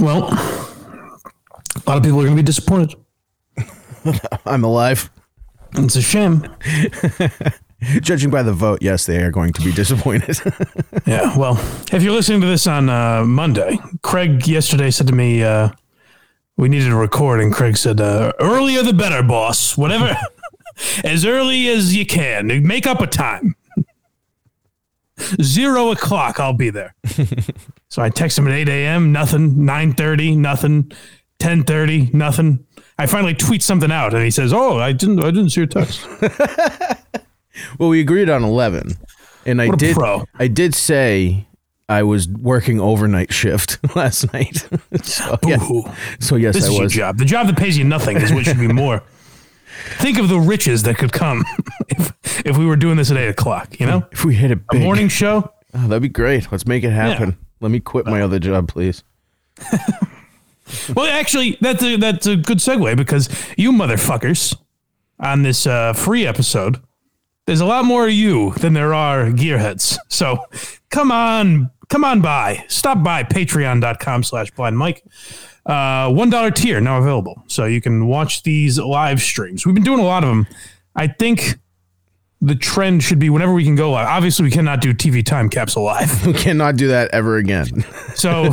Well, a lot of people are going to be disappointed. I'm alive. It's a shame. Judging by the vote, yes, they are going to be disappointed. Yeah. Well, if you're listening to this on uh, Monday, Craig yesterday said to me, uh, we needed a record, and Craig said, uh, earlier the better, boss. Whatever. as early as you can. Make up a time. Zero o'clock, I'll be there. so I text him at 8 a.m., nothing. 9.30, nothing. 10.30, nothing. I finally tweet something out, and he says, oh, I didn't, I didn't see your text. well, we agreed on 11. And I What a did pro. I did say I was working overnight shift last night. so, yeah. Ooh. so yes, This I is your was. job. The job that pays you nothing is what should be more. Think of the riches that could come if, if we were doing this at eight o'clock. You know, If we hit it a big, morning show. oh, that'd be great. Let's make it happen. Let me quit Uh-huh. my other job, please. Well, actually, that's a, that's a good segue because you motherfuckers on this uh, free episode, there's a lot more of you than there are gearheads. So come on, come on by. Stop by patreon.com slash blind mike. Uh, $1 tier now available. So you can watch these live streams. We've been doing a lot of them. I think the trend should be whenever we can go live. Obviously, we cannot do TV time capsule live. We cannot do that ever again. So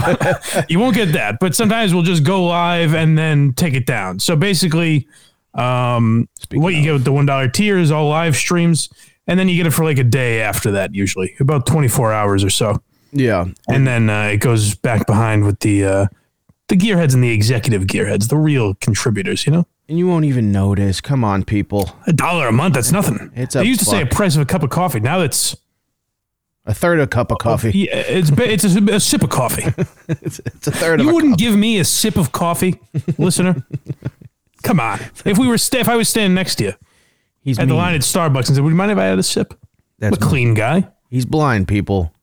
you won't get that. But sometimes we'll just go live and then take it down. So basically, um, what you get with the one dollar tier is all live streams, and then you get it for like a day after that, usually about twenty four hours or so, yeah. and then uh, it goes back behind with the uh, the gearheads and the executive gearheads, the real contributors. You know, And you won't even notice. Come on, people. a dollar a month that's nothing. It's a they used to say a buck. price of a cup of coffee. Now that's A third of a cup of coffee. yeah, it's ba- it's a, a sip of coffee. It's, it's a third of You a wouldn't give me a sip of coffee, listener. Come on. If we were sta if I was standing next to you He's at the mean. line at Starbucks and said, "Would you mind if I had a sip?" I'm a That's, clean guy. he's blind, people.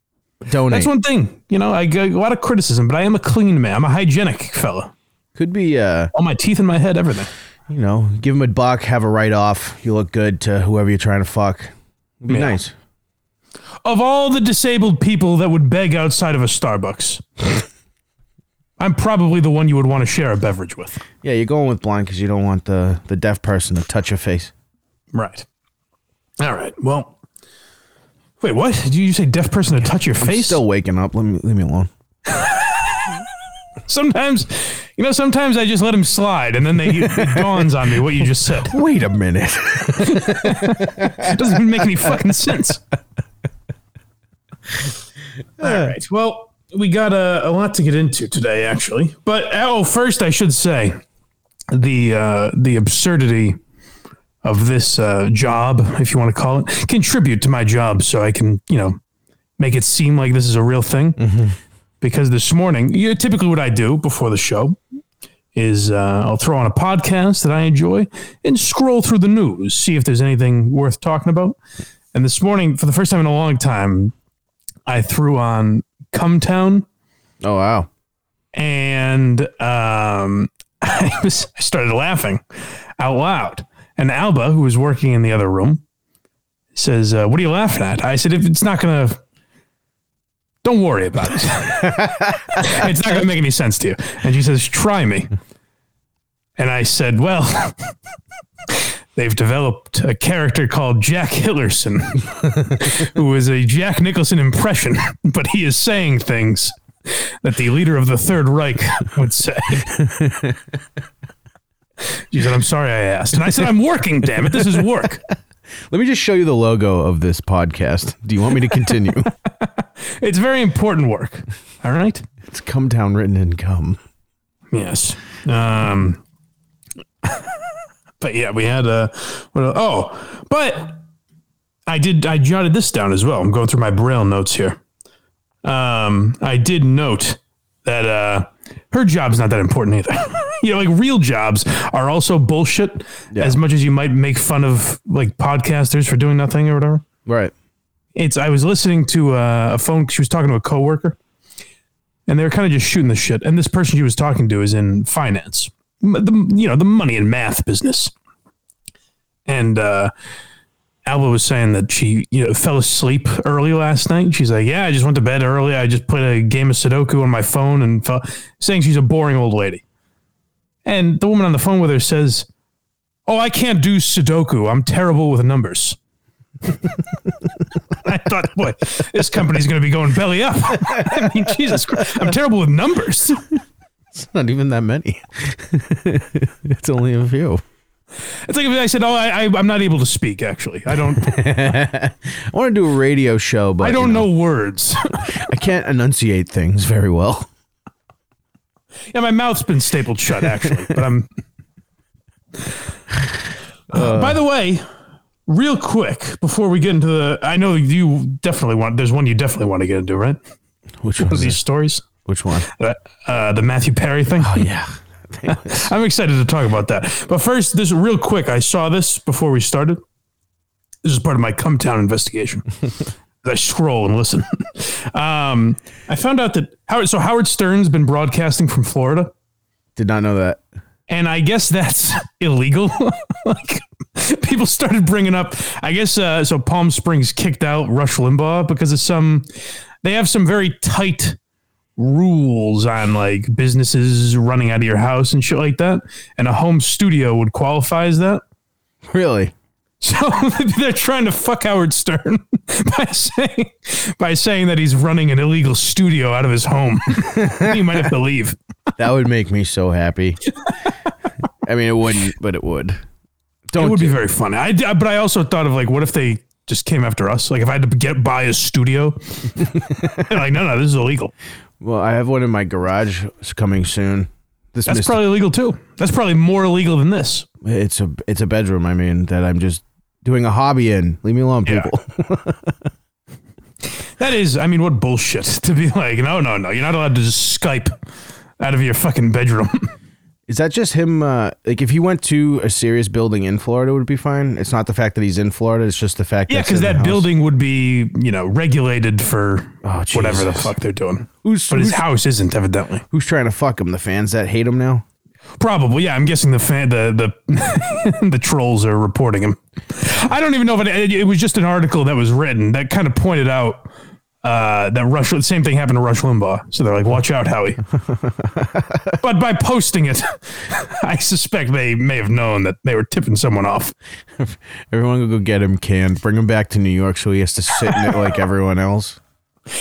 Donate. That's one thing. You know, I get a lot of criticism, but I am a clean man. I'm a hygienic fella. Could be uh, All my teeth in my head, everything. you know, give him a buck, have a write off. You look good to whoever you're trying to fuck. It'd be Yeah. nice. Of all the disabled people that would beg outside of a Starbucks, I'm probably the one you would want to share a beverage with. Yeah, you're going with blind because you don't want the the deaf person to touch your face. Right. All right. Well, wait, what? Did you say deaf person to touch your face? Still waking up. Let me leave me alone. Sometimes, you know, sometimes I just let him slide, and then they, it dawns on me what you just said. Wait a minute. It doesn't even make any fucking sense. All right. Well, we got a, a lot to get into today, actually. But oh, first I should say the uh, the absurdity of this uh, job, if you want to call it, contribute to my job, so I can you know make it seem like this is a real thing. Because this morning, you know, typically what I do before the show is uh, I'll throw on a podcast that I enjoy and scroll through the news, see if there's anything worth talking about. And this morning, for the first time in a long time, I threw on Cumtown oh wow. and um, I, was, I started laughing out loud. And Alba, who was working in the other room, says, uh, What are you laughing at? I said, If it's not going to, don't worry about it. it's not going to make any sense to you. And she says, Try me. And I said, Well, they've developed a character called Jack Hillerson, who is a Jack Nicholson impression, but he is saying things that the leader of the Third Reich would say. She said, I'm sorry I asked. And I said, I'm working, damn it. This is work. Let me just show you the logo of this podcast. Do you want me to continue? It's very important work. All right. it's come down written in come. Yes. Um, but yeah, we had a. What el- oh, but I did. I jotted this down as well. I'm going through my braille notes here. Um, I did note that uh, her job's not that important either. you know, like real jobs are also bullshit. Yeah. As much as you might make fun of like podcasters for doing nothing or whatever Right. it's I was listening to uh, a phone. She was talking to a coworker, and they were kind of just shooting the shit. And this person she was talking to is in finance, M- the you know the money and math business. And uh, Alba was saying that she you know fell asleep early last night. She's like, yeah, I just went to bed early. I just played a game of Sudoku on my phone and fell, saying she's a boring old lady. And the woman on the phone with her says, "Oh, I can't do Sudoku. I'm terrible with numbers." I thought, boy, this company's going to be going belly up. I mean, Jesus Christ, I'm terrible with numbers. It's not even that many. it's only a few. It's like if I said, "Oh, I, I, I'm not able to speak. Actually, I don't. I want to do a radio show, but I don't know words. I can't enunciate things very well. yeah, my mouth's been stapled shut. Actually, but I'm. By the way, real quick before we get into the, I know you definitely want. There's one you definitely want to get into, right? Which one? Those these Is, stories, which one? Uh, uh, the Matthew Perry thing. Oh yeah. I'm excited to talk about that. But first, this real quick. I saw this before we started. This is part of my come town investigation. I scroll and listen. um, I found out that Howard. So Howard Stern's been broadcasting from Florida, Did not know that. and I guess that's illegal. like people started bringing up. I guess uh, so. Palm Springs kicked out Rush Limbaugh because of some. They have some very tight rules on like businesses running out of your house and shit like that. And a home studio would qualify as that. Really? So they're trying to fuck Howard Stern by saying by saying that he's running an illegal studio out of his home. he might have to leave. That would make me so happy. I mean, it wouldn't, but it would. It Don't. would do- be very funny. I d- but I also thought of like, what if they just came after us? Like if I had to get buy a studio, They're like no, no, this is illegal. well, I have one in my garage. It's coming soon. This That's mist- probably illegal too. That's probably more illegal than this. it's a it's a bedroom. I mean, that I'm just doing a hobby in. Leave me alone, Yeah. people. That is, I mean, what bullshit to be like, no, no, no, you're not allowed to just Skype out of your fucking bedroom. Is that just him? Uh, like, if he went to a serious building in Florida, would it be fine? It's not the fact that he's in Florida; it's just the fact. yeah, that's because in the that house. building would be, you know, regulated for Oh, whatever the Jesus. fuck they're doing. Who's But his who's, house isn't, evidently. who's trying to fuck him? The fans that hate him now. Probably, yeah. I'm guessing the fan, the the the trolls are reporting him. I don't even know if it, it was just an article that was written that kind of pointed out uh, that Rush. The same thing happened to Rush Limbaugh, so they're like, "Watch out, Howie." but by posting it, I suspect they may have known that they were tipping someone off. Everyone go get him canned. Bring him back to New York so he has to sit in it like everyone else.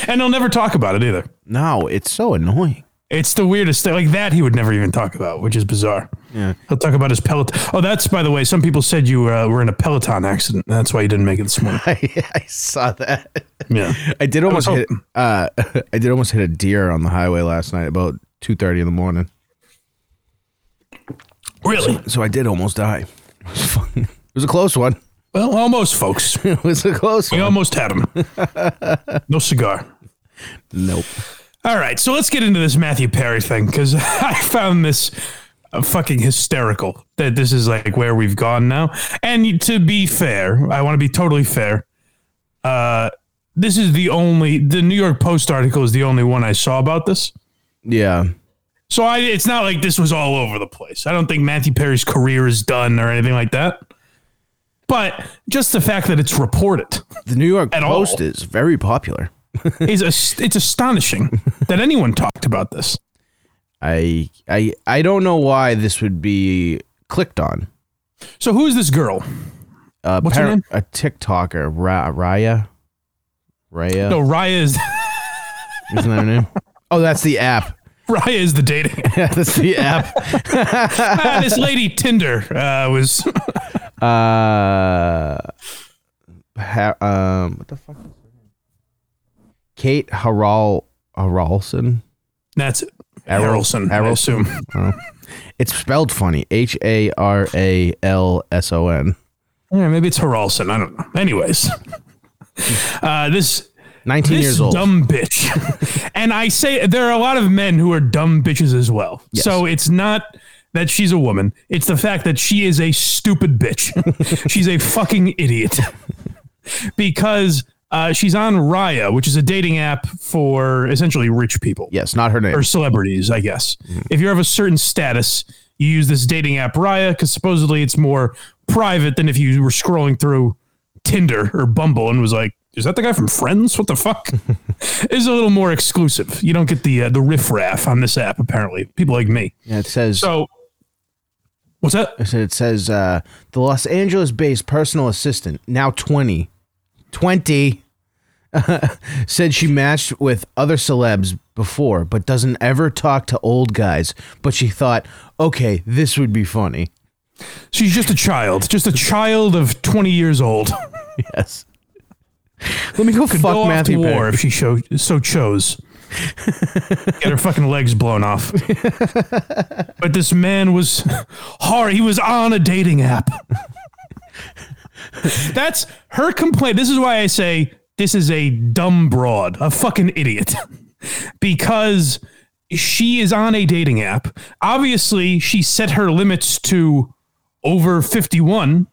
And they'll never talk about it either. No, it's so annoying. It's the weirdest thing. Like that, he would never even talk about, which is bizarre. Yeah. He'll talk about his Peloton. Oh, that's by the way. Some people said you uh, were in a Peloton accident. That's why you didn't make it this morning. I, I saw that. Yeah. I did almost was hit. Uh, I did almost hit a deer on the highway last night about two thirty in the morning. Really? So I did almost die. It was, fun. It was a close one. Well, almost, folks. It was a close We one. almost had him. No cigar. Nope. All right, so let's get into this Matthew Perry thing because I found this uh, fucking hysterical that this is like where we've gone now. And to be fair, I want to be totally fair. Uh, this is the only the New York Post article is the only one I saw about this. Yeah. So I, it's not like this was all over the place. I don't think Matthew Perry's career is done or anything like that. But just the fact that it's reported. The New York At all. Post is very popular. is ast- it's astonishing that anyone talked about this. I I I don't know why this would be clicked on. So who is this girl? Uh, What's her name? A TikToker, Ra- Raya. Raya. No, Raya is Isn't that her name? Oh, that's the app. Raya is the dating. app. that's the app. Ah, this lady Tinder uh, was Uh, ha- um, what the fuck? Is her name? Kate Haral Haralson. that's it. Errol- Harrelson. I Errolson. assume. I don't know. It's spelled funny. H A R A L S O N. Yeah, maybe it's Harrelson. I don't know. Anyways, uh, this Nineteen this years old. dumb bitch, and I say there are a lot of men who are dumb bitches as well. So it's not. That she's a woman. It's the fact that she is a stupid bitch. she's a fucking idiot. because uh, she's on Raya, which is a dating app for essentially rich people Yes, not her name. or celebrities, I guess. If you're of a certain status, you use this dating app Raya because supposedly it's more private than if you were scrolling through Tinder or Bumble and was like, "Is that the guy from Friends? What the fuck?" it's a little more exclusive. You don't get the uh, the riffraff on this app. Apparently, people like me. Yeah, it says So, what's that? I said it says uh, the Los Angeles based personal assistant, now 20, 20, said she matched with other celebs before, but doesn't ever talk to old guys. But she thought, okay, this would be funny. She's just a child, just a child of twenty years old. Yes. Let me go fuck go off to Matthew war Perry. if she show, so chose. Get her fucking legs blown off. but this man was hard. He was on a dating app. That's her complaint. This is why I say this is a dumb broad, a fucking idiot. because she is on a dating app. Obviously, she set her limits to over 51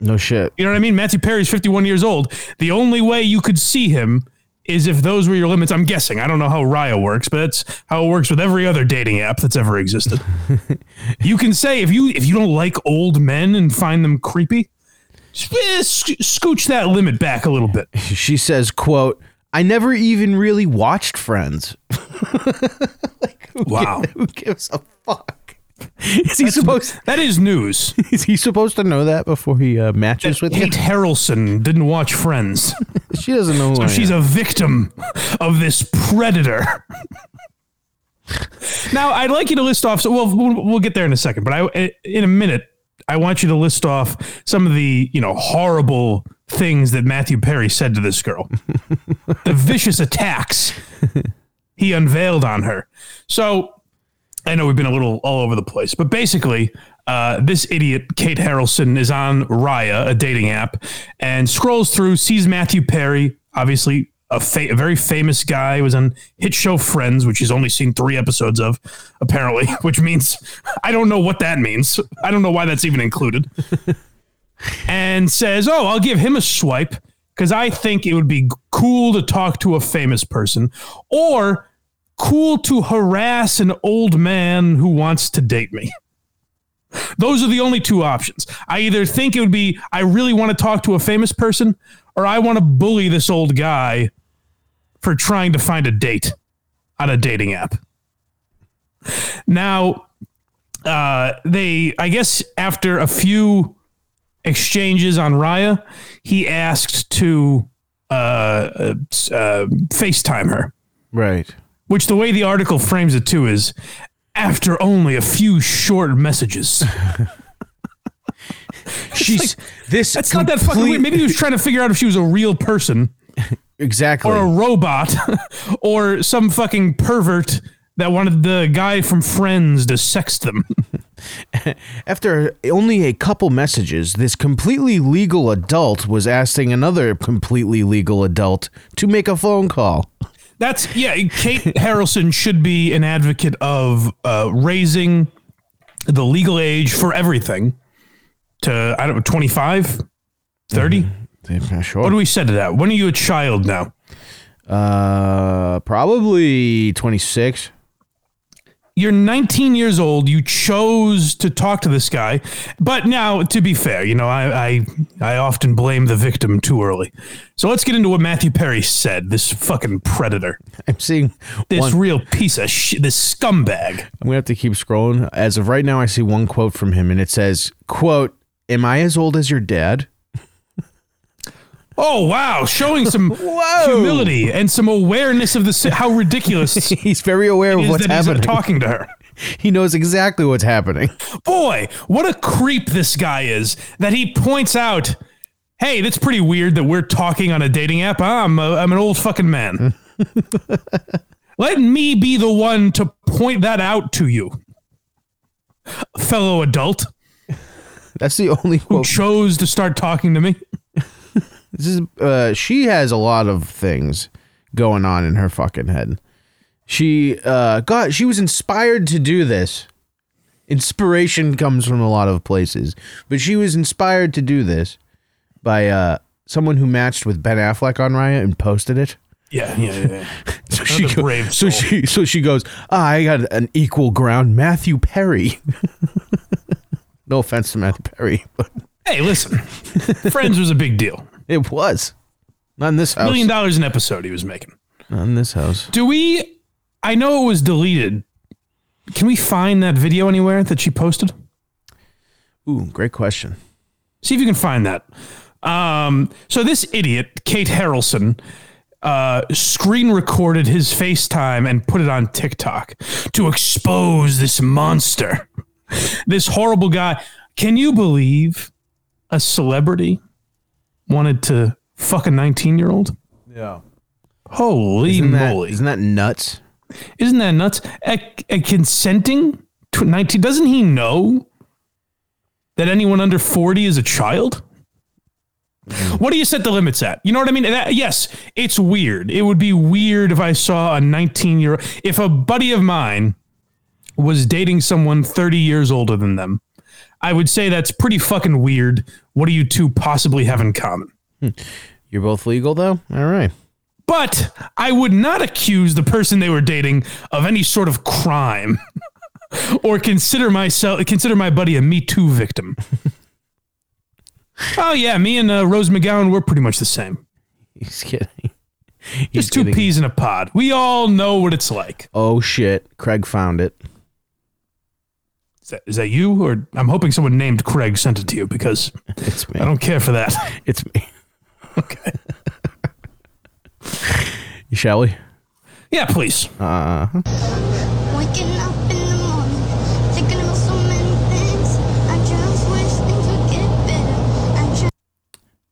No shit. you know what I mean? Matthew Perry's 51 years old. The only way you could see him is if those were your limits. I'm guessing. I don't know how Raya works, but that's how it works with every other dating app that's ever existed. you can say if you if you don't like old men and find them creepy, sc- sc- scooch that limit back a little bit. She says, quote, I never even really watched Friends. Wow. Who gives a fuck? Is he supposed That is news. is he supposed to know that before he uh, matches with you? Kate Harrelson didn't watch Friends. She doesn't know. who I Oh, She's a victim of this predator. now, I'd like you to list off. So, we'll, we'll we'll get there in a second, but I in a minute, I want you to list off some of the you know horrible things that Matthew Perry said to this girl, the vicious attacks he unveiled on her. So. I know we've been a little all over the place, but basically, uh, this idiot Kate Harrelson is on Raya, a dating app, and scrolls through, sees Matthew Perry, obviously a, fa- a very famous guy, was on hit show Friends, which he's only seen three episodes of, apparently, which means I don't know what that means. I don't know why that's even included. and says, "Oh, I'll give him a swipe because I think it would be cool to talk to a famous person, or." cool to harass an old man who wants to date me. Those are the only two options. I either think it would be I really want to talk to a famous person or I want to bully this old guy for trying to find a date on a dating app. Now, uh, they, I guess, after a few exchanges on Raya, he asked to uh, uh, s- uh, FaceTime her Right. which the way the article frames it too is after only a few short messages. She's this. That's not that fucking weird. Maybe he was trying to figure out if she was a real person exactly. or a robot or some fucking pervert that wanted the guy from Friends to sext them. After only a couple messages, this completely legal adult was asking another completely legal adult to make a phone call. That's yeah. Kate Harrelson should be an advocate of uh, raising the legal age for everything to I don't know 25, 30. Yeah, What Sure. do we set it at? When are you a child now? Uh, probably twenty six. you're 19 years old. You chose to talk to this guy, but now, to be fair, you know, I I, I often blame the victim too early. So let's get into what Matthew Perry said. This fucking predator, I'm seeing this one. real piece of shit, this scumbag. I'm gonna have to keep scrolling. As of right now, I see one quote from him, and it says, "Quote: Am I as old as your dad?" Oh wow, showing some humility and some awareness of the si- how ridiculous it He's very aware of is what's that he's happening. talking to her. he knows exactly what's happening. boy, what a creep this guy is that he points out, hey, that's pretty weird that we're talking on a dating app. I'm, a, I'm an old fucking man. Let me be the one to point that out to you, fellow adult. That's the only quote Chose to start talking to me. This is uh she has a lot of things going on in her fucking head. She uh got she was inspired to do this. Inspiration comes from a lot of places, but she was inspired to do this by uh someone who matched with Ben Affleck on Raya and posted it. Yeah, yeah, yeah. So she go- brave soul. so she so she goes, ah, "I got an equal ground Matthew Perry." no offense to Matthew Perry, but Hey, listen, Friends was a big deal. It was. Not in this house. Million dollars an episode he was making. Not in this house. Do we? I know it was deleted. Can we find that video anywhere that she posted? Ooh, great question. See if you can find that. Um, so this idiot, Kate Harrelson, uh, screen recorded his FaceTime and put it on TikTok to expose this monster, this horrible guy. Can you believe a celebrity wanted to fuck a 19 year old? Yeah. Holy Isn't that, moly. isn't that nuts? Isn't that nuts? A, a consenting to 19, doesn't he know that anyone under 40 is a child? What do you set the limits at? You know what I mean? That- yes, it's weird. It would be weird if I saw a 19 year if a buddy of mine was dating someone 30 years older than them. I would say that's pretty fucking weird. What do you two possibly have in common? You're both legal though? All right. But I would not accuse the person they were dating of any sort of crime or consider myself consider my buddy a Me Too victim. oh yeah, me and uh, Rose McGowan we're pretty much the same. He's kidding. He's Just two kidding. peas in a pod. We all know what it's like. Oh shit. Craig found it. Is that, is that you or I'm hoping someone named Craig sent it to you because It's me. I don't care for that. It's me. okay. Shall we? Yeah, please. Uh Waking up in the morning, thinking about so many things. I just wish things would get better. I just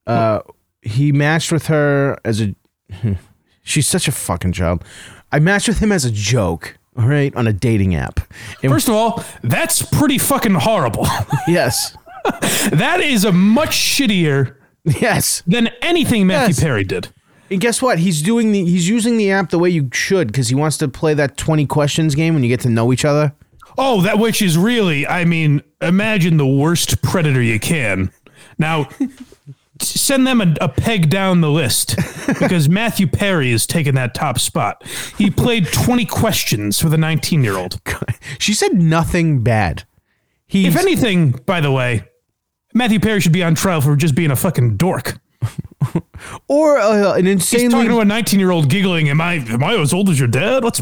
uh he matched with her as a she's such a fucking child. I matched with him as a joke, all right, on a dating app. It- First of all, that's pretty fucking horrible. yes. that is a much shittier Yes. than anything Matthew Yes. Perry did. And guess what? He's doing the he's using the app the way you should because he wants to play that twenty questions game when you get to know each other. Oh, that which is really, I mean, imagine the worst predator you can. Now, s- send them a, a peg down the list because Matthew Perry is taking that top spot. He played 20 questions with a 19 year old. she said nothing bad. He If anything, by the way, Matthew Perry should be on trial for just being a fucking dork. or uh, an He's talking to insanely. a 19 year old giggling, Am I am I as old as your dad? What's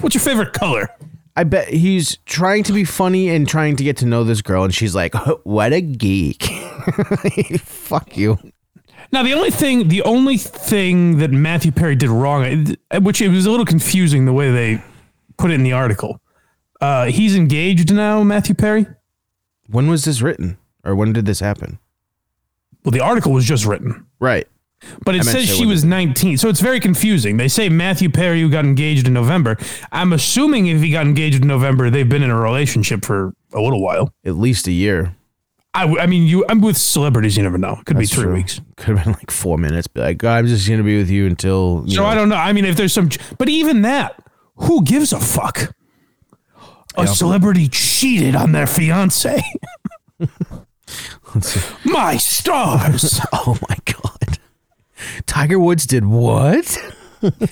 what's your favorite color? I bet he's trying to be funny and trying to get to know this girl, and she's like, "What a geek! Fuck you." Now the only thing, the only thing that Matthew Perry did wrong, uh, which it was a little confusing the way they put it in the article. Uh, he's engaged now, Matthew Perry. When was this written, or when did this happen? Well, the article was just written, Right. but it meant says to say she when- was 19, so it's very confusing. They say Matthew Perry who got engaged in November. I'm assuming if he got engaged in November, they've been in a relationship for a little while. At least a year. I, w- I mean, you, I'm with celebrities. You never know. It could That's be three true. weeks. Could have been like four minutes. Be like, I'm just gonna be with you until. You So know, I don't know. I mean, if there's some, but even that, who gives a fuck? A celebrity cheated on their fiance. Let's see. My stars. Oh my god. Tiger Woods did what?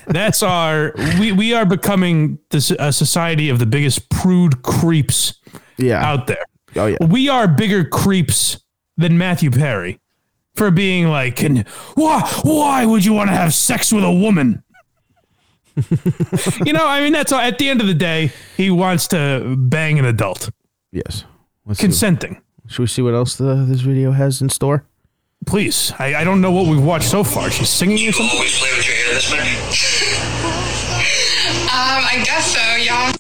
That's our. We we are becoming this a society of the biggest prude creeps Yeah. out there. oh yeah. We are bigger creeps than Matthew Perry for being like, can, why, why would you want to have sex with a woman? you know, I mean, that's all. At the end of the day, he wants to bang an adult. Yes. Let's see. consenting. Should we see what else the, this video has in store? Please, I, I don't know what we've watched so far. She's singing or You something. always play with your hair this much? Um, I guess so, yeah.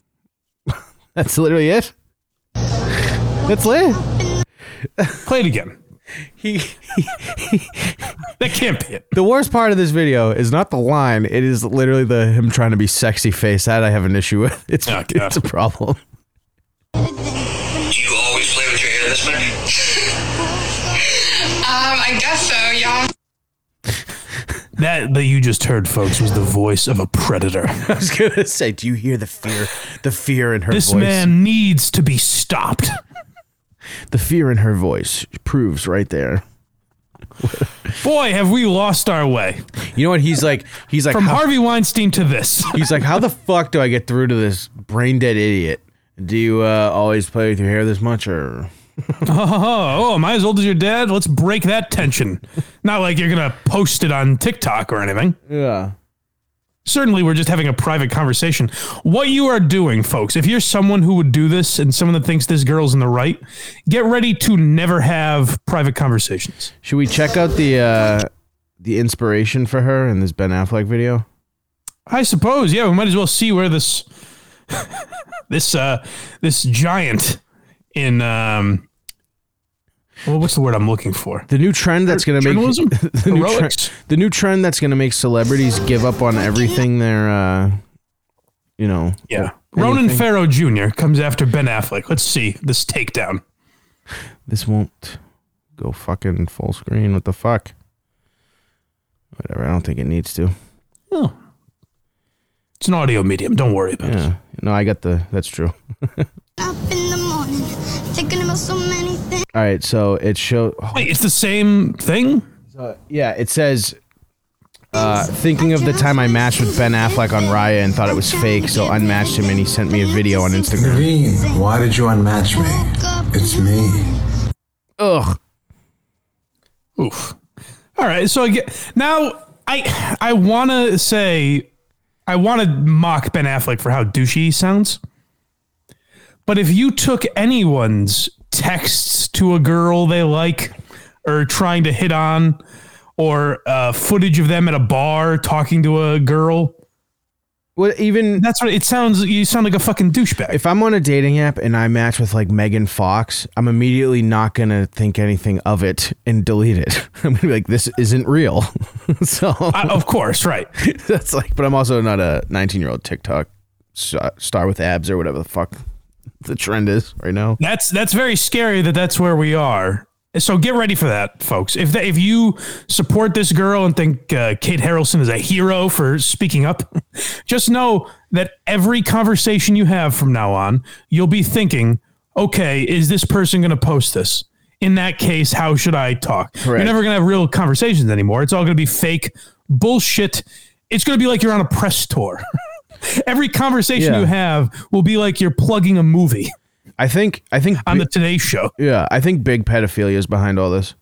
That's literally it. That's it. Play it again. He, That can't be it. the worst part of this video is not the line; it is literally the him trying to be sexy face. That I have an issue with. It's Oh, God. it's a problem. Do you always play with your hair this much? Um, I guess so, yeah. That that you just heard, folks, was the voice of a predator. I was gonna say, do you hear the fear? The fear in her This voice. man needs to be stopped. The fear in her voice proves right there. Boy, have we lost our way You know what? He's like, he's like from how- Harvey Weinstein to this. He's like, how the fuck do I get through to this brain dead idiot? Do you uh, always play with your hair this much, or Oh, oh, am I as old as your dad? Let's break that tension. Not like you're going to post it on TikTok or anything. Yeah. Certainly, we're just having a private conversation. What you are doing, folks, if you're someone who would do this and someone that thinks this girl's in the right, get ready to never have private conversations. Should we check out the uh the inspiration for her in this Ben Affleck video? I suppose, yeah, we might as well see where this this uh this giant in um well, what's the word I'm looking for? The new trend that's going to make Journalism? the, new tre- Heroics? the new trend that's going to make celebrities give up on everything they're uh you know. Yeah. Ronan Anything. Farrow Jr. comes after Ben Affleck. Let's see this takedown. This won't go fucking full screen. What the fuck? Whatever. I don't think it needs to. Oh. It's an audio medium. Don't worry about it. Yeah. No, I got the. That's true. Up in the morning, thinking about so many things. All right. So it show. oh, Wait, it's the same thing? so- yeah. It says. Uh, thinking of the time I matched with Ben Affleck on Raya and thought it was fake, so unmatched him and he sent me a video on Instagram. Naveen, why did you unmatch me? It's me. Ugh. Oof. All right. So I get, now I I want to say I want to mock Ben Affleck for how douchey he sounds. But if you took anyone's texts to a girl they like or trying to hit on or uh, footage of them at a bar talking to a girl, What even that's what it sounds. You sound like a fucking douchebag. if I'm on a dating app and I match with like Megan Fox, I'm immediately not gonna think anything of it and delete it. I'm gonna be like, this isn't real. so I- of course, right. that's like, but I'm also not a 19 year old TikTok s- star with abs or whatever the fuck the trend is right now. That's that's very scary that that's where we are. So get ready for that, folks. If that, if you support this girl and think uh, Kate Harrelson is a hero for speaking up, just know that every conversation you have from now on, you'll be thinking, okay, is this person going to post this? In that case, how should I talk? Correct. You're never going to have real conversations anymore. It's all going to be fake bullshit. It's going to be like you're on a press tour. every conversation Yeah. you have will be like you're plugging a movie I think, I think, on the Today Show. yeah, I think big pedophilia is behind all this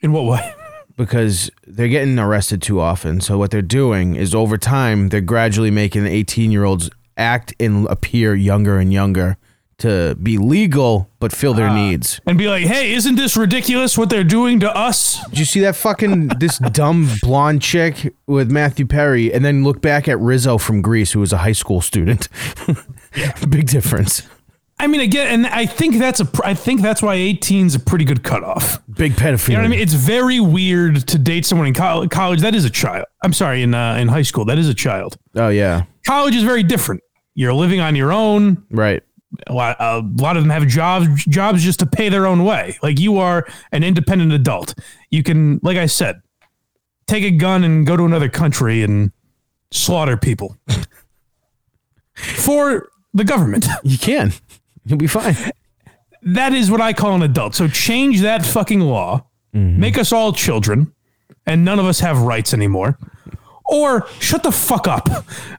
In what way? because they're getting arrested too often. So what they're doing is over time, they're gradually making 18 year olds act and appear younger and younger to be legal, but fill Ah. their needs. And be like, hey, isn't this ridiculous what they're doing to us? Did you see that fucking this dumb blonde chick with Matthew Perry, and then look back at Rizzo from Greece, who was a high school student? Big difference. I mean, again, and I think that's a, pr- I think that's why 18 is a pretty good cutoff. Big pedophilia. You know what I mean? It's very weird to date someone in col- college. That is a child. I'm sorry, in uh, in high school, that is a child. Oh yeah, College is very different. You're living on your own. right. A lot, a lot of them have jobs jobs just to pay their own way. Like you are an independent adult. You can, like I said, take a gun and go to another country and slaughter people for the government. You can. You'll be fine. That is what I call an adult. So change that fucking law. Make us all children, and none of us have rights anymore. Or shut the fuck up.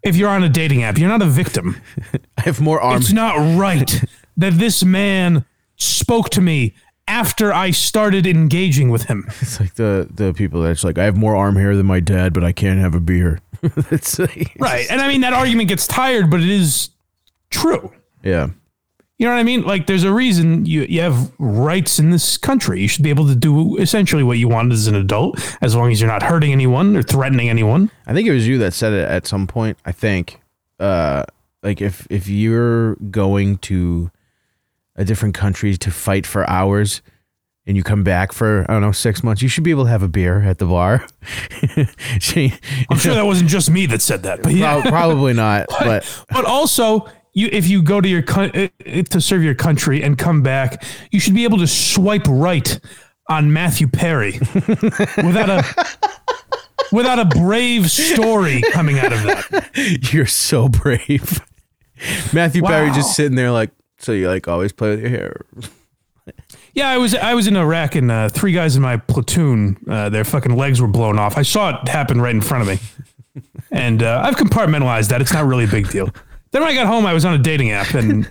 If you're on a dating app, you're not a victim. I have more It's arms. not right that this man spoke to me after I started engaging with him. It's like the the people that's like, I have more arm hair than my dad, but I can't have a beer. that's like, Right. And I mean, that argument gets tired, but it is true. yeah. You know what I mean? Like, there's a reason you, you have rights in this country. You should be able to do essentially what you want as an adult, as long as you're not hurting anyone or threatening anyone. I think it was you that said it at some point. I think, uh, like if if you're going to a different country to fight for hours, and you come back for I don't know six months, you should be able to have a beer at the bar. She- I'm sure that wasn't just me that said that. But, yeah. Prob- probably not, but but also, you, if you go to your coun- uh, uh, to serve your country and come back, you should be able to swipe right on Matthew Perry without a without a brave story coming out of that. you're so brave. Matthew Perry just sitting there like, so you like always play with your hair. Yeah, I was I was in Iraq and uh, three guys in my platoon, uh, their fucking legs were blown off. I saw it happen right in front of me, and uh, I've compartmentalized that. It's not really a big deal. Then when I got home, I was on a dating app and.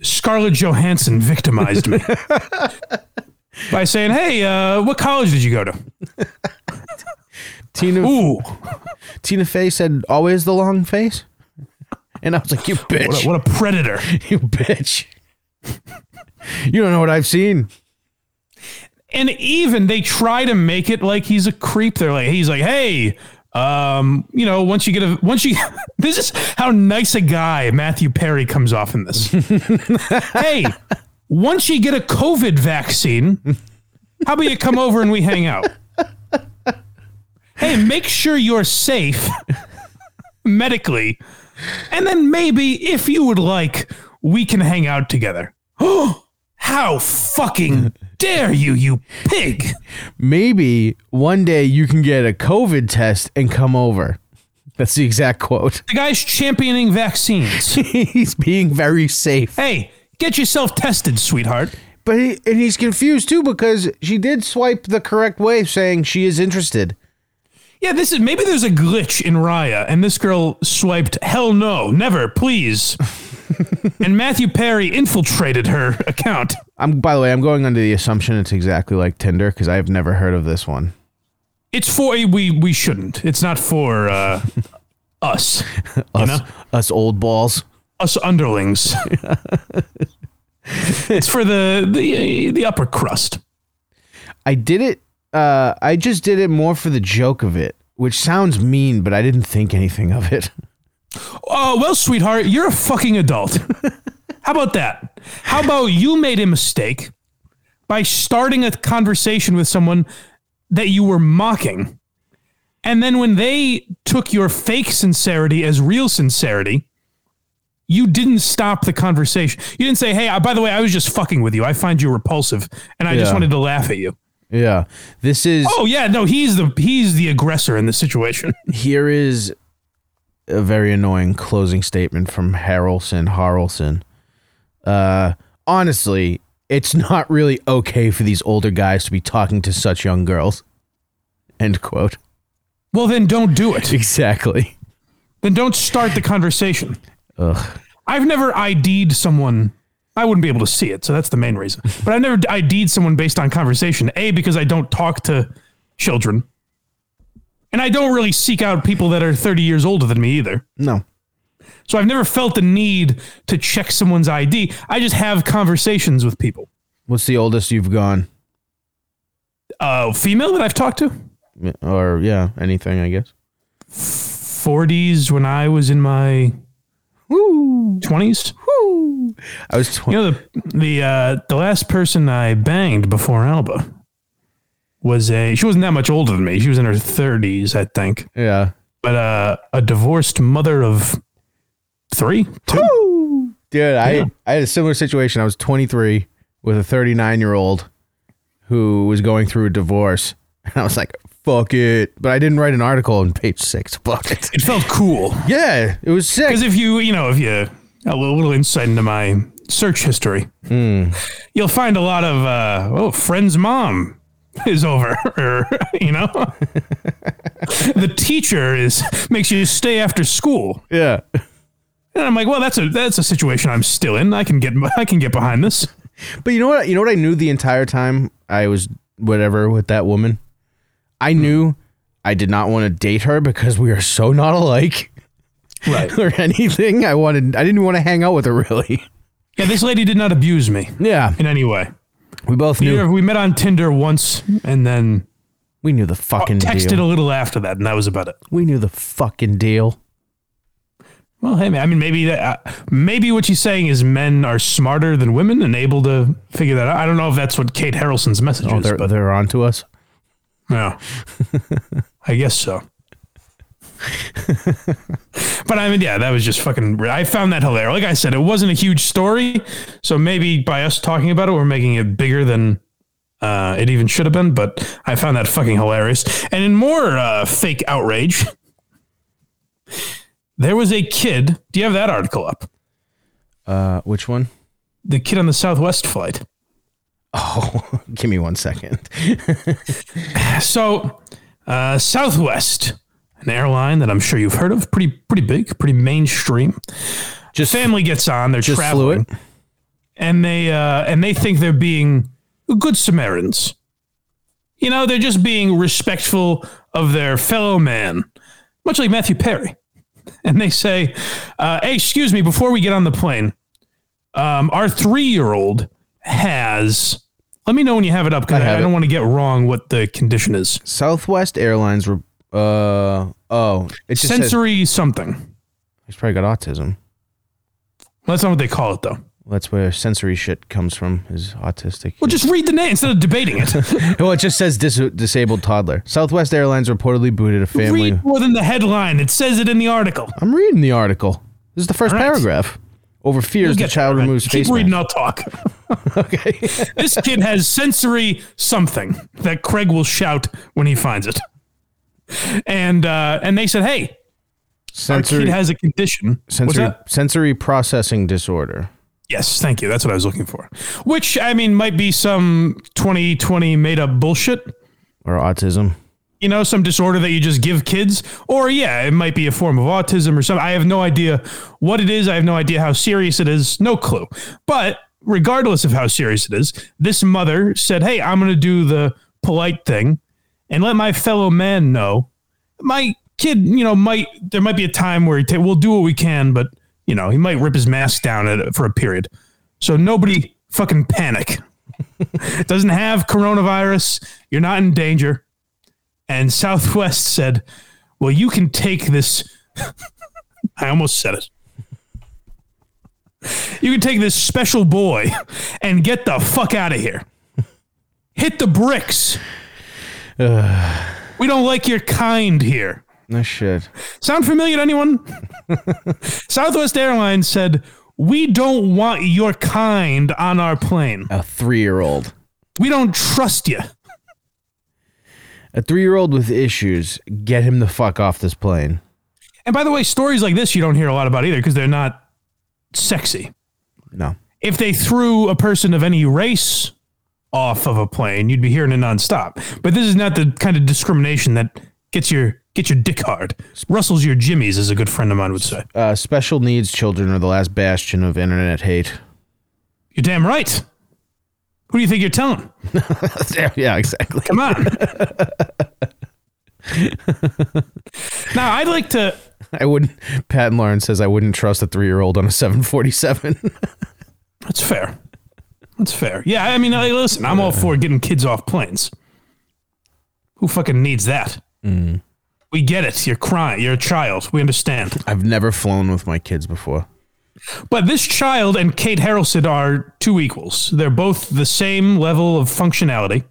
Scarlett Johansson victimized me by saying, "Hey, uh, what college did you go to?" Tina Ooh, Tina Fey said, "Always the long face," and I was like, "You what bitch, a, what a predator! you bitch, you don't know what I've seen." And even they try to make it like he's a creep. They're like, he's like, "Hey." Um, you know, once you get a once you this is how nice a guy Matthew Perry comes off in this. hey, once you get a COVID vaccine, how about you come over and we hang out? Hey, make sure you're safe medically. And then maybe if you would like, we can hang out together. how fucking dare you, you pig! Maybe one day you can get a COVID test and come over. That's the exact quote. The guy's championing vaccines. He's being very safe, hey, get yourself tested, sweetheart. but he, and he's confused too because she did swipe the correct way, saying she is interested. Yeah, this is maybe there's a glitch in Raya, and this girl swiped hell no, never, please. and Matthew Perry infiltrated her account. I'm by the way, I'm going under the assumption it's exactly like Tinder because I have never heard of this one. It's for eh, we we shouldn't. It's not for uh, us, Us, know? us old balls. us underlings. it's for the the the upper crust. I did it. Uh, I just did it more for the joke of it, which sounds mean, but I didn't think anything of it. Oh well, sweetheart, you're a fucking adult. How about that? How about you made a mistake by starting a conversation with someone that you were mocking, and then when they took your fake sincerity as real sincerity, you didn't stop the conversation. You didn't say, "Hey, I- by the way, I was just fucking with you. I find you repulsive, and I just Yeah. wanted to laugh at you." Yeah, this is Oh yeah, no, he's the he's the aggressor in this situation. here is a very annoying closing statement from Harrelson. Harrelson. Uh, honestly, it's not really okay for these older guys to be talking to such young girls. End quote. well, then don't do it. Exactly. Then don't start the conversation. Ugh. I've never ID'd someone. I wouldn't be able to see it, so that's the main reason. But I never ID'd someone based on conversation. A because I don't talk to children, and I don't really seek out people that are thirty years older than me either. No. So I've never felt the need to check someone's ID. I just have conversations with people. What's the oldest you've gone? Uh, female that I've talked to, Or yeah, anything I guess. forties when I was in my twenties. I was twenty. You know the the uh, the last person I banged before Alba was a she wasn't that much older than me. She was in her thirties, I think. yeah. But uh, a divorced mother of three, two. Dude, I, I had a similar situation. I was 23 with a 39 year old who was going through a divorce. And I was like, fuck it. But I didn't write an article in page six about it. It felt cool Yeah, it was sick. because if you you know if you a little, little insight into my search history, you'll find a lot of uh, oh friend's mom is over or you know the teacher is makes you stay after school Yeah. And I'm like, well, that's a that's a situation I'm still in. I can get I can get behind this. But you know what? You know what I knew the entire time I was whatever with that woman? I knew I did not want to date her because we are so not alike Right. or anything. I wanted I didn't want to hang out with her really. Yeah, this lady did not abuse me Yeah. in any way. We both You know, knew We met on Tinder once and then we knew the fucking texted deal. a little after that, and that was about it. We knew the fucking deal. Well, hey, man. I mean, maybe that, uh, maybe what she's saying is men are smarter than women and able to figure that out. I don't know if that's what Kate Harrelson's message Oh, is, they're, but they're on to us. yeah, I guess so. but I mean, yeah, that was just fucking. I found that hilarious. Like I said, it wasn't a huge story, so maybe by us talking about it, we're making it bigger than uh, it even should have been. But I found that fucking hilarious. And in more uh, fake outrage, there was a kid. Do you have that article up? Uh, which one? The kid on the Southwest flight. Oh, give me one second. So, uh, Southwest, an airline that I'm sure you've heard of, pretty pretty big, pretty mainstream. Just Family gets on. They're just traveling. flew it. and they uh, and they think they're being good Samaritans. You know, they're just being respectful of their fellow man, much like Matthew Perry. And they say, uh, "Hey, excuse me, before we get on the plane, um, our three-year-old has." Let me know when you have it up because I I, have I don't it. want to get wrong what the condition is. Southwest Airlines. Re- uh oh, it just says- Sensory something. he's probably got autism. That's not what they call it, though. That's where sensory shit comes from. Is autistic. Well, just read the name instead of debating it. well, it just says dis- disabled toddler. Southwest Airlines reportedly booted a family. Read more than the headline. It says it in the article. I'm reading the article. This is the first All right. paragraph. Over You'll fears, the get child there, man. removes Keep face reading. mask. I'll talk. Okay. this kid has sensory something that Craig will shout when he finds it. And uh, and they said, hey, our sensory kid has a condition. What's sensory that? sensory processing disorder. Yes, thank you. That's what I was looking for. Which I mean might be some 2020 made up bullshit. or autism. you know, some disorder that you just give kids, or yeah, it might be a form of autism or something. I have no idea what it is. I have no idea how serious it is. No clue. But regardless of how serious it is, this mother said, Hey, I'm going to do the polite thing and let my fellow man know my kid, you know, might, there might be a time where he ta- we'll do what we can, but, you know, he might rip his mask down at, for a period. So nobody fucking panic. Doesn't have coronavirus. You're not in danger. And Southwest said, Well, you can take this. I almost said it. You can take this special boy and get the fuck out of here. Hit the bricks. we don't like your kind here. No shit. Sound familiar to anyone? Southwest Airlines said, We don't want your kind on our plane. A three-year-old. We don't trust you. A three-year-old with issues. Get him the fuck off this plane. And by the way, stories like this you don't hear a lot about either because they're not sexy. No. If they threw a person of any race off of a plane, you'd be hearing it nonstop. But this is not the kind of discrimination that gets your get your dick hard. Russell's your jimmies, as a good friend of mine would say. Uh, special needs children are the last bastion of internet hate. You're damn right. Who do you think you're telling? yeah, exactly. Come on. now I'd like to I wouldn't. Pat and Lauren says I wouldn't trust a three-year-old on a 747. That's fair. That's fair. Yeah, I mean, I, listen, I'm all for getting kids off planes. Who fucking needs that? We get it. You're crying. You're a child. We understand. I've never flown with my kids before. But this child and Kate Harrelson are two equals. They're both the same level of functionality,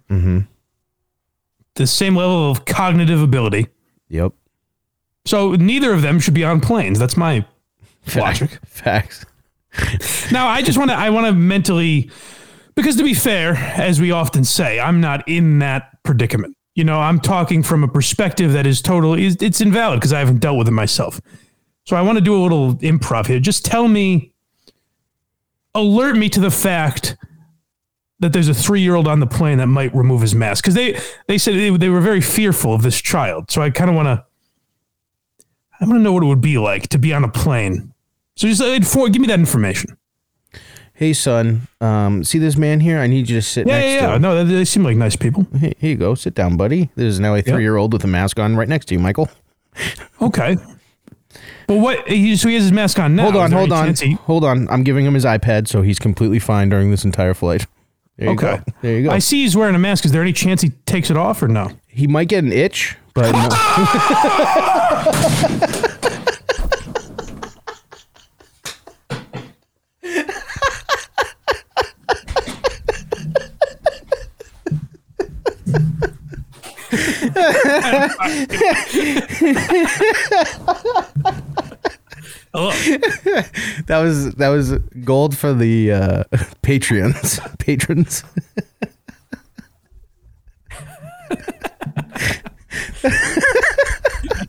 the same level of cognitive ability. Yep. So neither of them should be on planes. That's my logic. Facts. Now, I just want to. I want to mentally, because to be fair, as we often say, I'm not in that predicament. You know, I'm talking from a perspective that is totally is it's invalid because I haven't dealt with it myself. So I want to do a little improv here. Just tell me, alert me to the fact that there's a three year old on the plane that might remove his mask because they they said they, they were very fearful of this child. So I kind of want to. I want to know what it would be like to be on a plane. So just uh, inform, give me that information. Hey, son. Um, see this man here? I need you to sit Yeah, next yeah, to yeah. him. No, they, they seem like nice people. Hey, here you go. Sit down, buddy. There's now a three-year-old with a mask on right next to you, Michael. Okay. Well, what? He, so he has his mask on now. Hold Is on, there hold any on, chance he- hold on. I'm giving him his iPad, so he's completely fine during this entire flight. There you Okay. go. There you go. I see he's wearing a mask. Is there any chance he takes it off or no? he might get an itch, but no. Hello. that was that was gold for the uh, Patreons. Patrons.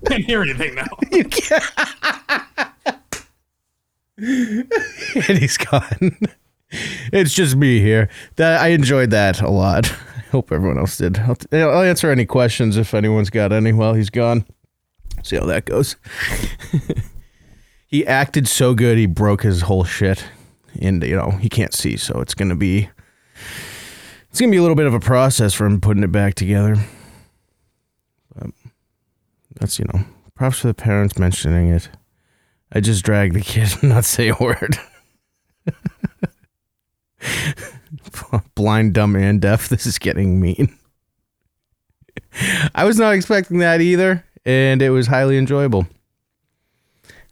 Can't hear anything now. and he's gone. It's just me here. That I enjoyed that a lot. I hope everyone else did. I'll, I'll answer any questions if anyone's got any while he's gone. See how that goes. he acted so good, he broke his whole shit. and you know he can't see, so it's gonna be it's gonna be a little bit of a process for him putting it back together. But that's you know, props to the parents mentioning it. I just drag the kid and not say a word. Blind, dumb, and deaf. This is getting mean. I was not expecting that either, and it was highly enjoyable.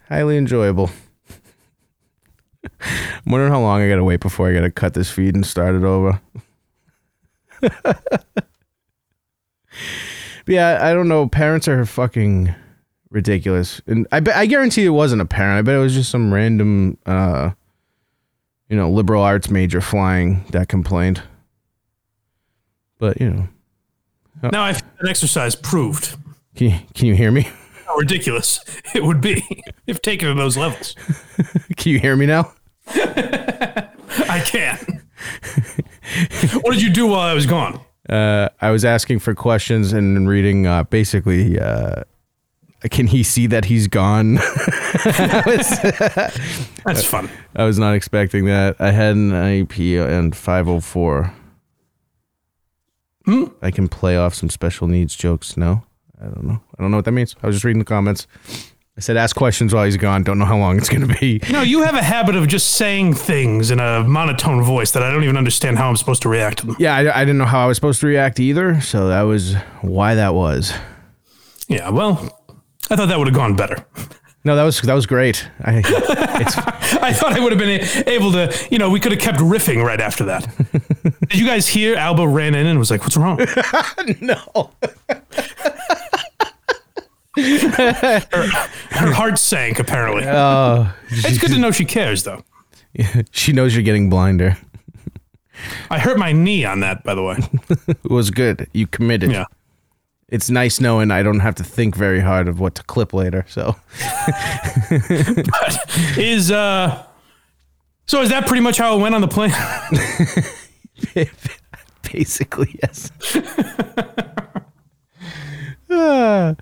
Highly enjoyable. I'm wondering how long I gotta wait before I gotta cut this feed and start it over. But yeah, I don't know. Parents are fucking ridiculous, and I bet I guarantee it wasn't a parent. I bet it was just some random, uh, you know, liberal arts major flying that complained. But you know, Now I think that exercise proved can you, can you hear me? how ridiculous it would be if taken to those levels. Can you hear me now? I can't. what did you do while I was gone? Uh, I was asking for questions and reading. Uh, basically, uh, can he see that he's gone? That's Uh, fun. I was not expecting that. I had an IEP and 504. Hmm? I can play off some special needs jokes. No, I don't know. I don't know what that means. I was just reading the comments. I said, ask questions while he's gone. Don't know how long it's going to be. No, you have a habit of just saying things in a monotone voice that I don't even understand how I'm supposed to react to them. Yeah, I, I didn't know how I was supposed to react either. So that was why that was. Yeah, well, I thought that would have gone better. No, that was that was great. I, I thought I would have been a- able to, you know, we could have kept riffing right after that. Did you guys hear Alba ran in and was like, what's wrong? no. Her heart sank, apparently. it's good to know she cares, though. she knows you're getting blinder. I hurt my knee on that, by the way. It was good. You committed. Yeah. It's nice knowing I don't have to think very hard of what to clip later. So Is, uh, so is that pretty much how it went on the plane? basically, yes. Ah.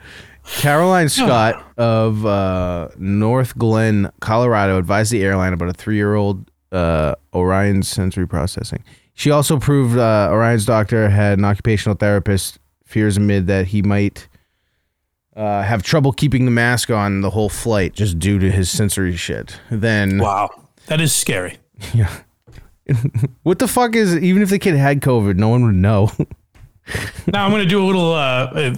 Caroline Scott of uh, North Glen, Colorado, advised the airline about a three-year-old uh, Orion's sensory processing. She also proved uh, Orion's doctor had an occupational therapist fears amid that he might uh, have trouble keeping the mask on the whole flight just due to his sensory shit. Then Wow. That is scary. What the fuck is even if the kid had COVID, no one would know. Now I'm going to do a little uh,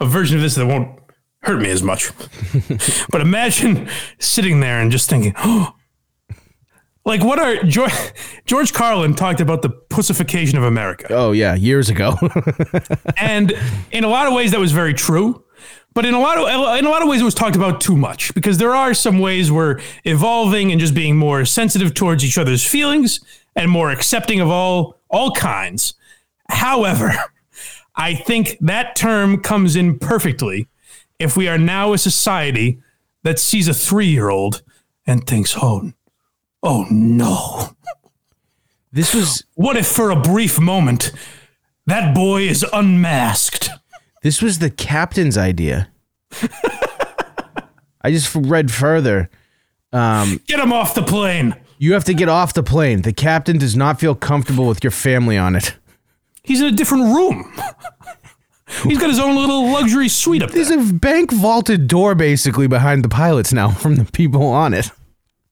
a version of this that won't hurt me as much. but imagine sitting there and just thinking, oh, like what are George, George Carlin talked about the pussification of America, oh yeah, years ago. and in a lot of ways that was very true. But in a lot of in a lot of ways, it was talked about too much because there are some ways we're evolving and just being more sensitive towards each other's feelings and more accepting of all all kinds. However, I think that term comes in perfectly if we are now a society that sees a three-year-old and thinks, "Oh, oh no." this was What if for a brief moment that boy is unmasked? this was the captain's idea. I just read further. Get him off the plane. You have to get off the plane. The captain does not feel comfortable with your family on it. He's in a different room. He's got his own little luxury suite up there. There's a bank vaulted door basically behind the pilots now from the people on it.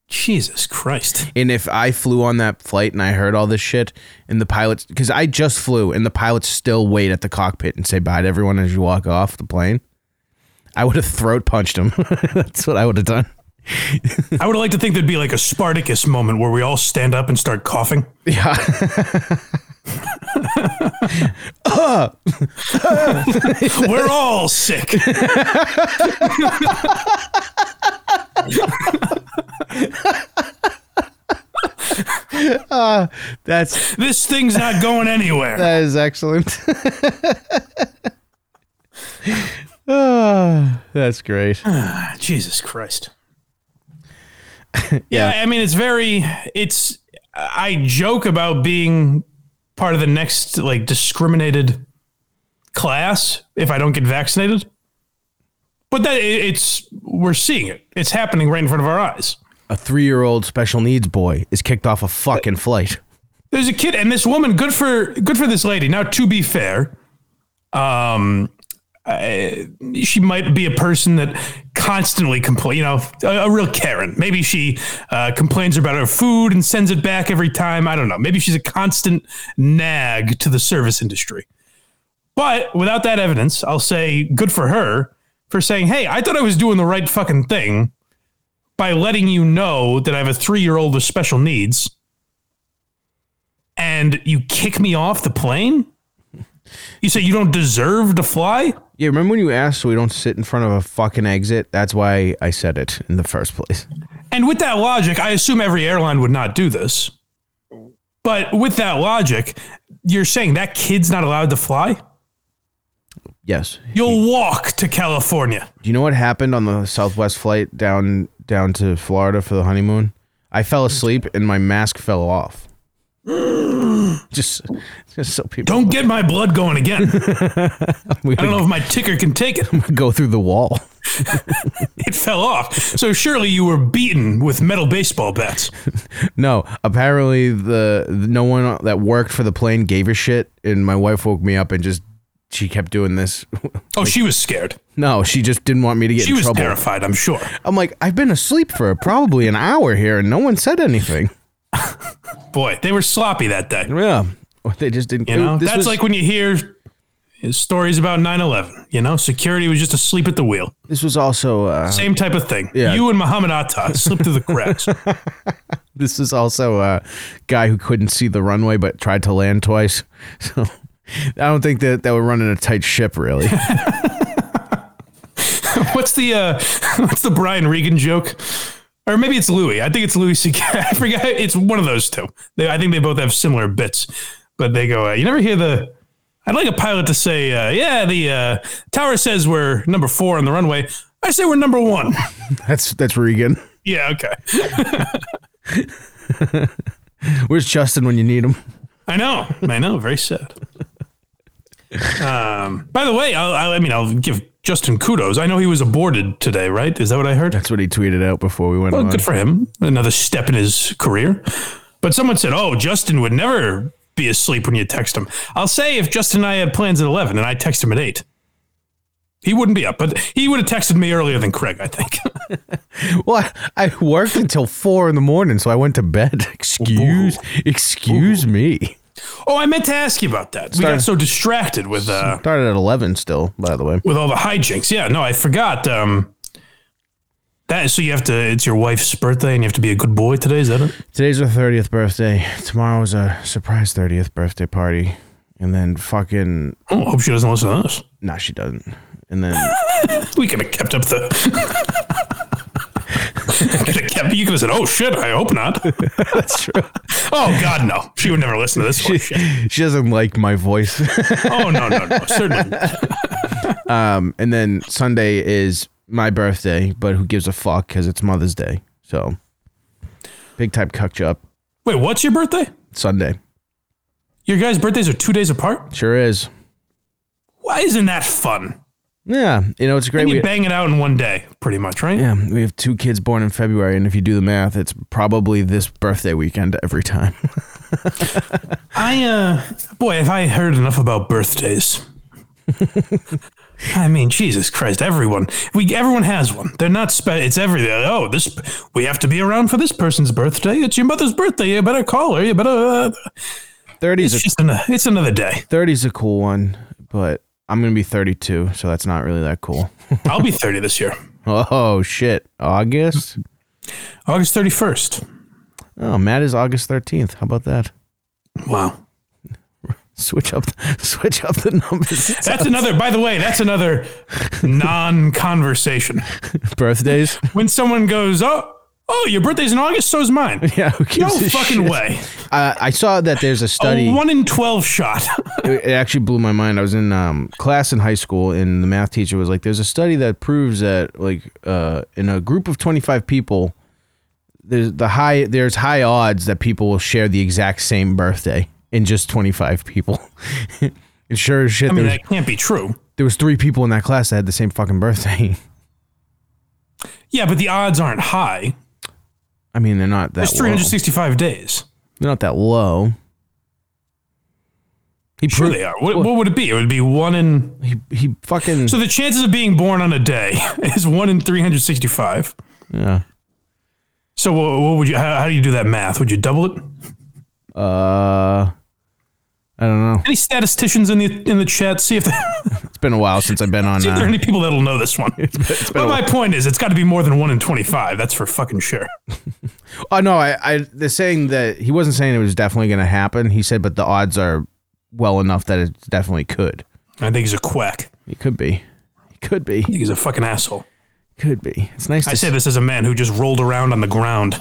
Jesus Christ. And if I flew on that flight and I heard all this shit, and the pilots, because I just flew, and the pilots still wait at the cockpit and say bye to everyone as you walk off the plane, I would have throat punched him. That's what I would have done. I would like to think there'd be like a Spartacus moment where we all stand up and start coughing. Yeah. We're all sick. That's This thing's not going anywhere. that is excellent. Ah, that's great. Ah, Jesus Christ. yeah, I mean it's very it's I joke about being part of the next like discriminated class if I don't get vaccinated. But that it- it's we're seeing it. It's happening right in front of our eyes. a three year old special needs boy is kicked off a fucking flight. There's a kid and this woman. Good for good for this lady. Now, to be fair, um, I, she might be a person that constantly complain. You know, a, a real Karen. Maybe she uh, complains about her food and sends it back every time. I don't know. Maybe she's a constant nag to the service industry. But without that evidence, I'll say good for her for saying, "Hey, I thought I was doing the right fucking thing." by letting you know that I have a three year old with special needs and you kick me off the plane? You say you don't deserve to fly? Yeah, remember when you asked so we don't sit in front of a fucking exit? That's why I said it in the first place. And with that logic, I assume every airline would not do this. But with that logic, you're saying that kid's not allowed to fly? Yes. You'll walk to California. Do you know what happened on the Southwest flight down down to Florida for the honeymoon? I fell asleep and my mask fell off. just, just so people Don't get my blood going again. we I don't know if my ticker can take it. go through the wall. It fell off. So surely you were beaten with metal baseball bats. No, apparently the no one that worked for the plane gave a shit, and my wife woke me up and just she kept doing this. Oh, she was scared. no, she just didn't want me to get She in was trouble. terrified, I'm sure. I'm like, I've been asleep for probably an hour here, and no one said anything. Boy, they were sloppy that day. Yeah, Or they just didn't. You know, this that's was- like when you hear stories about 9/11. You know, security was just asleep at the wheel. this was also uh, Same type of thing. Yeah. You and Muhammad Atta slipped through the cracks. this was also a guy who couldn't see the runway but tried to land twice. So I don't think that that we're running a tight ship, really. what's the uh, what's the Brian Regan joke? Or maybe it's Louis. I think it's Louis C.K. I forget. It's one of those two. They, I think they both have similar bits, but they go. Uh, you never hear the. I'd like a pilot to say, uh, "Yeah, the uh, tower says we're number four on the runway." I say we're number one. that's that's Regan. yeah, okay. Where's Justin when you need him? I know. I know. Very sad. Um, by the way, I'll, I'll, I mean, I'll give Justin kudos. I know he was aborted today, right? Is that what I heard? That's what he tweeted out before we went Well, on. good for him. Another step in his career. But someone said, oh, Justin would never be asleep when you text him. I'll say if Justin and I had plans at 11 and I text him at 8, he wouldn't be up. But he would have texted me earlier than Craig, I think. Well, I I worked until four in the morning, so I went to bed. Excuse, excuse me. oh, I meant to ask you about that. We Sorry. got so distracted with uh, Started at eleven, still. By the way, with all the hijinks. Yeah, no, I forgot. Um, that so you have to. It's your wife's birthday, and you have to be a good boy today. Is that it? today's her thirtieth birthday. Tomorrow's a surprise thirtieth birthday party, and then fucking Oh, hope she doesn't listen to this. no, she doesn't. And then We could have kept up the. could have kept. You could have said, "Oh shit, I hope not." that's true. oh God, no, she would never listen to this. One. she doesn't like my voice. Oh no, no, no, certainly. um, and then Sunday is my birthday, but who gives a fuck? Because it's Mother's Day. So big time cuck job. Wait, what's your birthday? Sunday Your guys' birthdays are two days apart. sure is. Why isn't that fun? Yeah, you know it's great. And we- you bang it out in one day, pretty much, right? Yeah, we have two kids born in February, and if you do the math, it's probably this birthday weekend every time. I uh boy, have I heard enough about birthdays. I mean, Jesus Christ, everyone. We everyone has one. They're not spe- it's every oh, this we have to be around for this person's birthday. It's your mother's birthday. You better call her. You better uh, it's 30's a, just an, it's another day. 30's a cool one, but I'm going to be 32, so that's not really that cool. I'll be 30 this year. Oh, shit. August? August 31st. Oh, Matt is August 13th. How about that? Wow. Switch up, switch up the numbers. That's another by the way, that's another non-conversation. Birthdays? When someone goes, "Oh, oh, your birthday's in August, so's mine." Yeah, who gives No a fucking shit? way. Uh, I saw that there's a study. A 1 in 12 shot. it it actually blew my mind. I was in um, class in high school, and the math teacher was like, "There's a study that proves that, like, uh, in a group of 25 people, there's the high there's high odds that people will share the exact same birthday in just 25 people." and sure as shit, I mean, there was that can't be true. there was three people in that class that had the same fucking birthday. Yeah, but the odds aren't high. I mean, they're not that There's low. 365 days. They're not that low. He Sure proved- they are. What, what would it be? It would be one in. He, he fucking So the chances of being born on a day is one in 365. yeah. So what, what would you? How, how do you do that math? Would you double it? Uh, I don't know. Any statisticians in the in the chat? See if there, It's been a while since I've been on. see if there are Uh, any people that'll know this one. been but a my point is, it's got to be more than one in 25. That's for fucking sure. oh no, I, I they're saying that he wasn't saying it was definitely going to happen. He said, but the odds are well enough that it definitely could. I think he's a quack. It could be. It could be. I think he's a fucking asshole. Could be. It's nice to I say s- this as a man who just rolled around on the ground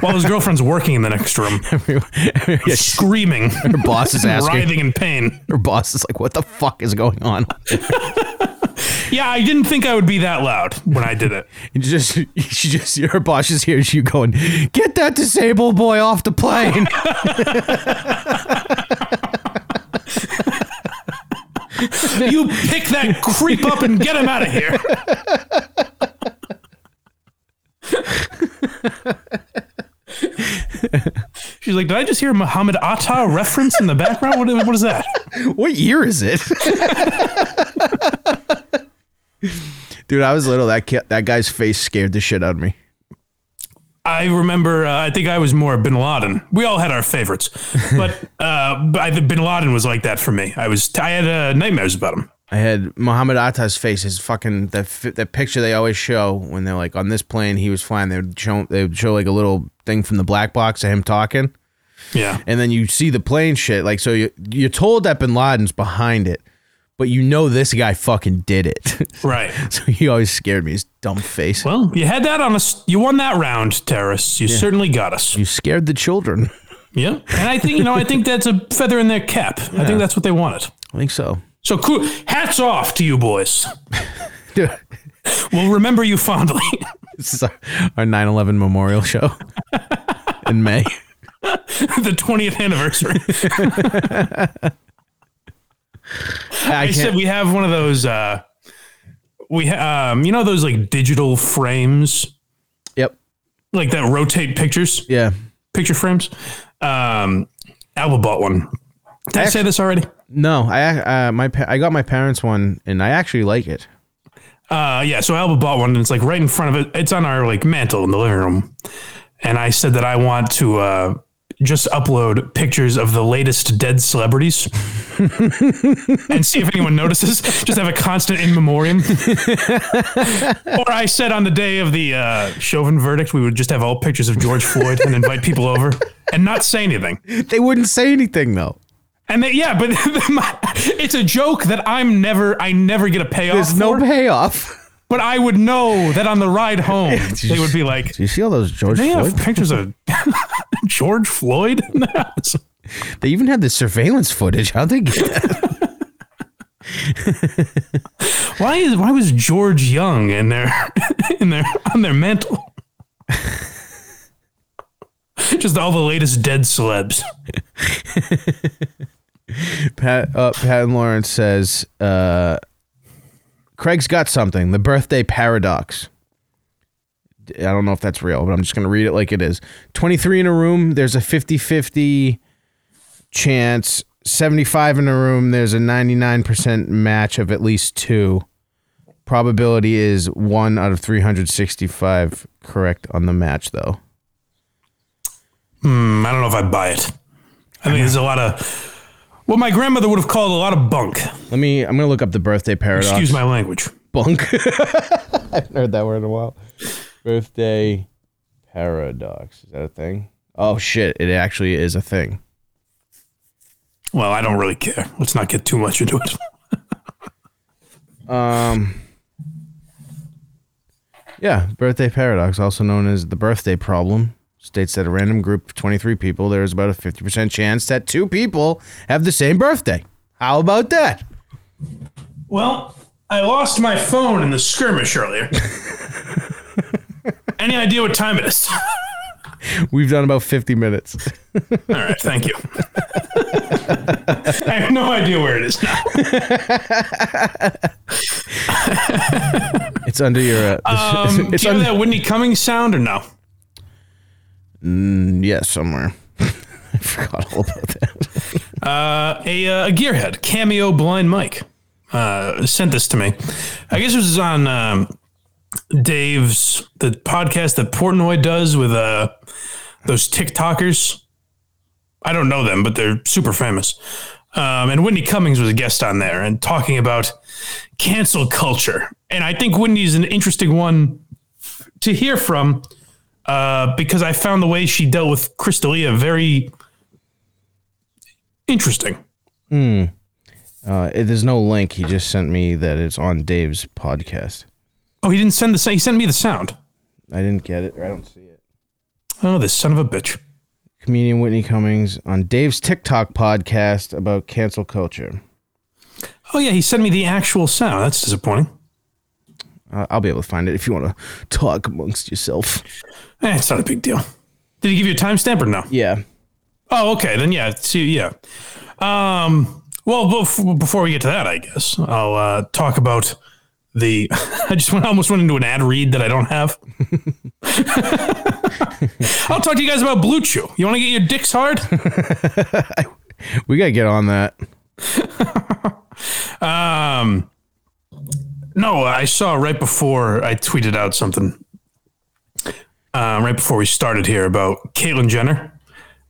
while his girlfriend's working in the next room, Yeah, she's- screaming, her boss is asking. writhing in pain. Her boss is like, "What the fuck is going on?" Yeah, I didn't think I would be that loud when I did it. And you just she just her boss just hears you going, "Get that disabled boy off the plane." you pick that creep up and get him out of here. She's like, did I just hear a Muhammad Atta reference in the background? What, what is that? what year is it? Dude, I was little. That kid, that guy's face scared the shit out of me. I remember. Uh, I think I was more Bin Laden. We all had our favorites, but uh, but I, think Bin Laden was like that for me. I was. I had uh, nightmares about him. I had Muhammad Atta's face. His fucking that fi- that picture they always show when they're like on this plane. He was flying. They would show they would show like a little thing from the black box of him talking. Yeah, and then you see the plane shit. Like, so you, you're told that Bin Laden's behind it, but you know this guy fucking did it. right. so he always scared me. His dumb face. Well, you had that on us. You won that round, terrorists. You certainly got us. You scared the children. Yeah, and I think you know. I think that's a feather in their cap. I think that's what they wanted. I think so. So, cool. hats off to you boys. Dude, We'll remember you fondly. this is our, our 9/11 memorial show in May. the twentieth anniversary. I I said can't. we have one of those. Uh, we ha- um, you know those like digital frames. Yep. like that rotate pictures, Yeah. picture frames. Um, Alba bought one. Did I say this already? No. I uh, my pa- I got my parents one, and I actually like it. Uh, yeah. So Alba bought one, and it's like right in front of it. It's on our like mantle in the living room, and I said that I want to uh, just upload pictures of the latest dead celebrities. and see if anyone notices. Just have a constant in memoriam. or I said on the day of the uh, Chauvin verdict, we would just have all pictures of George Floyd and invite people over and not say anything. They wouldn't say anything though. And they, yeah, but my, it's a joke that I'm never, I never get a payoff. There's no for, payoff. but I would know that on the ride home, they would be like, Do you see all those George "They Floyd? have pictures of George Floyd." in the house." They even had the surveillance footage. How'd they get that? why is why was George Young in their in their on their mantle? Just all the latest dead celebs. Pat, uh, Pat and Lawrence says, uh, Craig's got something. The birthday paradox. I don't know if that's real, but I'm just going to read it like it is. 23 in a room, there's a 50 50 chance. 75 in a room, there's a 99% match of at least two. Probability is one out of 365 correct on the match, though. Mm, I don't know if I buy it. I think there's a lot of what my grandmother would have called a lot of bunk. Let me, I'm going to look up the birthday paradox. Excuse my language. bunk. I haven't heard that word in a while. Birthday paradox. Is that a thing? Oh shit, it actually is a thing. Well, I don't really care. Let's not get too much into it. Um Yeah, birthday paradox, also known as the birthday problem, states that a random group of 23 people there is about a 50% chance that two people have the same birthday. How about that? Well, I lost my phone in the skirmish earlier. Any idea what time it is? We've done about 50 minutes. All right, thank you. I have no idea where it is now. It's under your uh, Um, it's do you Um, under uh, have that Whitney Cummings sound or no? Mm, yes, somewhere. I forgot all about that. a, uh, a gearhead cameo blind mike uh, sent this to me i guess it was on um, dave's the podcast that portnoy does with uh, those tiktokers i don't know them but they're super famous um, and whitney cummings was a guest on there and talking about cancel culture and i think whitney's an interesting one to hear from uh, because i found the way she dealt with crystalia very interesting Uh, it- there's no link. He just sent me that it's on Dave's podcast. Oh, he didn't send the. sa- He sent me the sound. I didn't get it. or I don't see it. Oh, this son of a bitch. Comedian Whitney Cummings on Dave's TikTok podcast about cancel culture. Oh yeah, he sent me the actual sound. That's disappointing. Uh, I'll be able to find it if you want to talk amongst yourself. Eh, it's not a big deal. Did he give you a timestamp or no? Yeah. Oh, okay. Then yeah, see, yeah. Um. Well, bef- before we get to that, I guess I'll uh, talk about the. I just went, almost went into an ad read that I don't have. I'll talk to you guys about Blue Chew. You want to get your dicks hard? We got to get on that. Um, no, I saw right before I tweeted out something. Um, right before we started here about Caitlyn Jenner,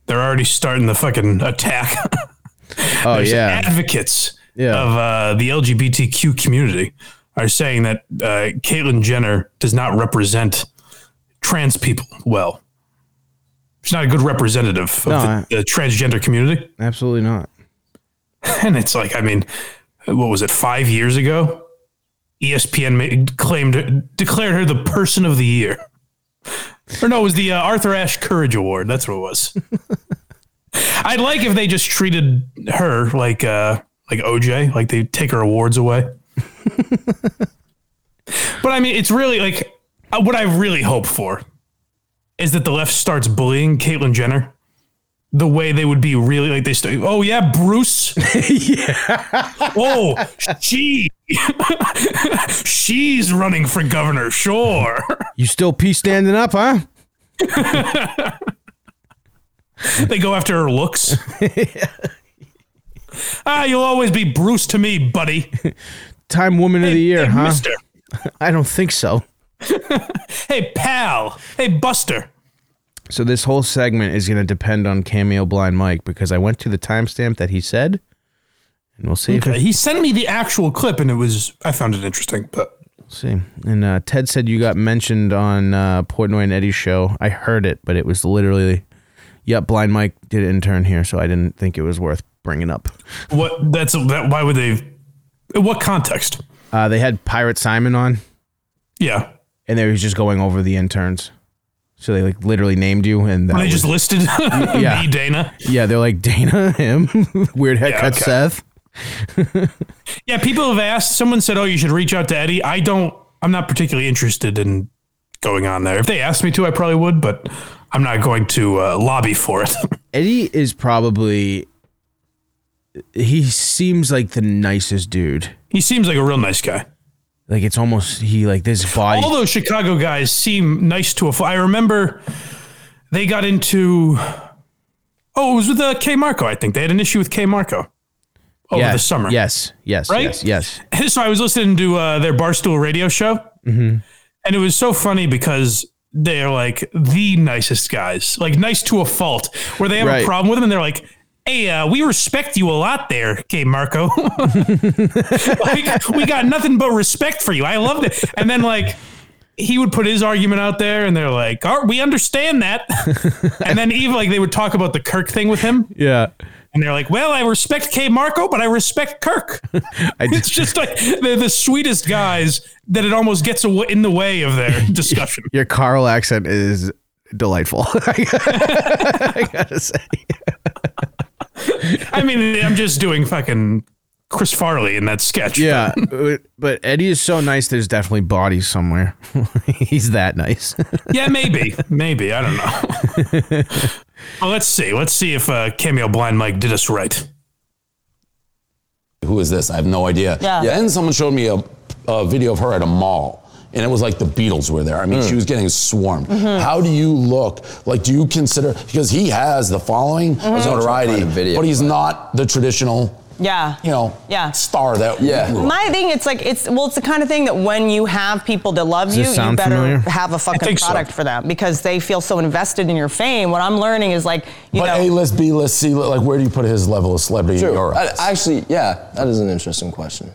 they're already starting the fucking attack. Oh, There's yeah. advocates Yeah. of uh, the LGBTQ community are saying that uh, Caitlyn Jenner does not represent trans people well. She's not a good representative of No, the- I- the transgender community. Absolutely not. And it's like, I mean, what was it, five years ago? E ESPN ma- claimed declared her the person of the year. Or no, it was the uh, Arthur Ashe Courage Award. That's what it was. I'd like if they just treated her like uh, like OJ, like they take her awards away. but I mean, it's really like uh, what I really hope for is that the left starts bullying Caitlyn Jenner the way they would be really like they st- oh yeah bruce oh she she's running for governor sure You still pee standing up, huh? they go after her looks ah you'll always be bruce to me buddy Time Woman of the Year, hey, huh? mister I don't think so. hey pal hey buster So this whole segment is going to depend on Cameo Blind Mike because I went to the timestamp that he said, and we'll see. If okay he sent me the actual clip and it was i found it interesting but we'll see. And uh, Ted said you got mentioned on uh, Portnoy and Eddie's show. I heard it, but it was literally, yep, Blind Mike did intern here, so I didn't think it was worth bringing up. what that's that why would they in what context Uh, they had Pirate Simon on, yeah and they were just going over the interns. So they like literally named you, and that they just was- listed Yeah. me dana yeah, they're like Dana, him, weird haircut, okay. Seth. Yeah, people have asked. Someone said, "Oh, you should reach out to Eddie." I don't. I'm not particularly interested in going on there. If they asked me to, I probably would, but I'm not going to uh, lobby for it. Eddie is probably he seems like the nicest dude. he seems like a real nice guy. Like it's almost he like this body. All those Chicago guys seem nice to a fl- I remember they got into. Oh, it was with uh, K Marco. I think they had an issue with K Marco over yeah, the summer. Yes, yes, Right? yes, yes. so I was listening to uh, their Barstool radio show, and it was so funny because they're like the nicest guys, like nice to a fault. Where they have Right. a problem with them, and they're like, "Hey, uh, we respect you a lot, there, K Marco. like, we got nothing but respect for you. I loved it." And then like. He would put his argument out there, and they're like, "All right, "We understand that." and then even like they would talk about the Kirk thing with him, Yeah. and they're like, "Well, I respect K Marco, but I respect Kirk." I It's just, just like they're the sweetest guys that it almost gets aw- in the way of their discussion. your Carl accent is delightful. I gotta say. I mean, I'm just doing fucking Chris Farley in that sketch. Yeah, but- but Eddie is so nice there's definitely bodies somewhere. He's that nice. yeah, maybe, maybe. I don't know. well, let's see. Let's see if uh, cameo blind Mike did us right. who is this? I have no idea. Yeah. And someone showed me a, a video of her at a mall. and it was like the Beatles were there. I mean, she was getting swarmed. How do you look? Like, do you consider because he has the following his notoriety, Find a video, but he's but- not the traditional, Yeah. you know, Yeah. star that. Yeah. we- My thing, it's like it's well, it's the kind of thing that when you have people that love you, this you sound better familiar? have a fucking think so. product for them because they feel so invested in your fame. What I'm learning is like, you But A know, list, B list, C list, like where do you put his level of celebrity in True. your I- eyes? Actually, yeah, that is an interesting question.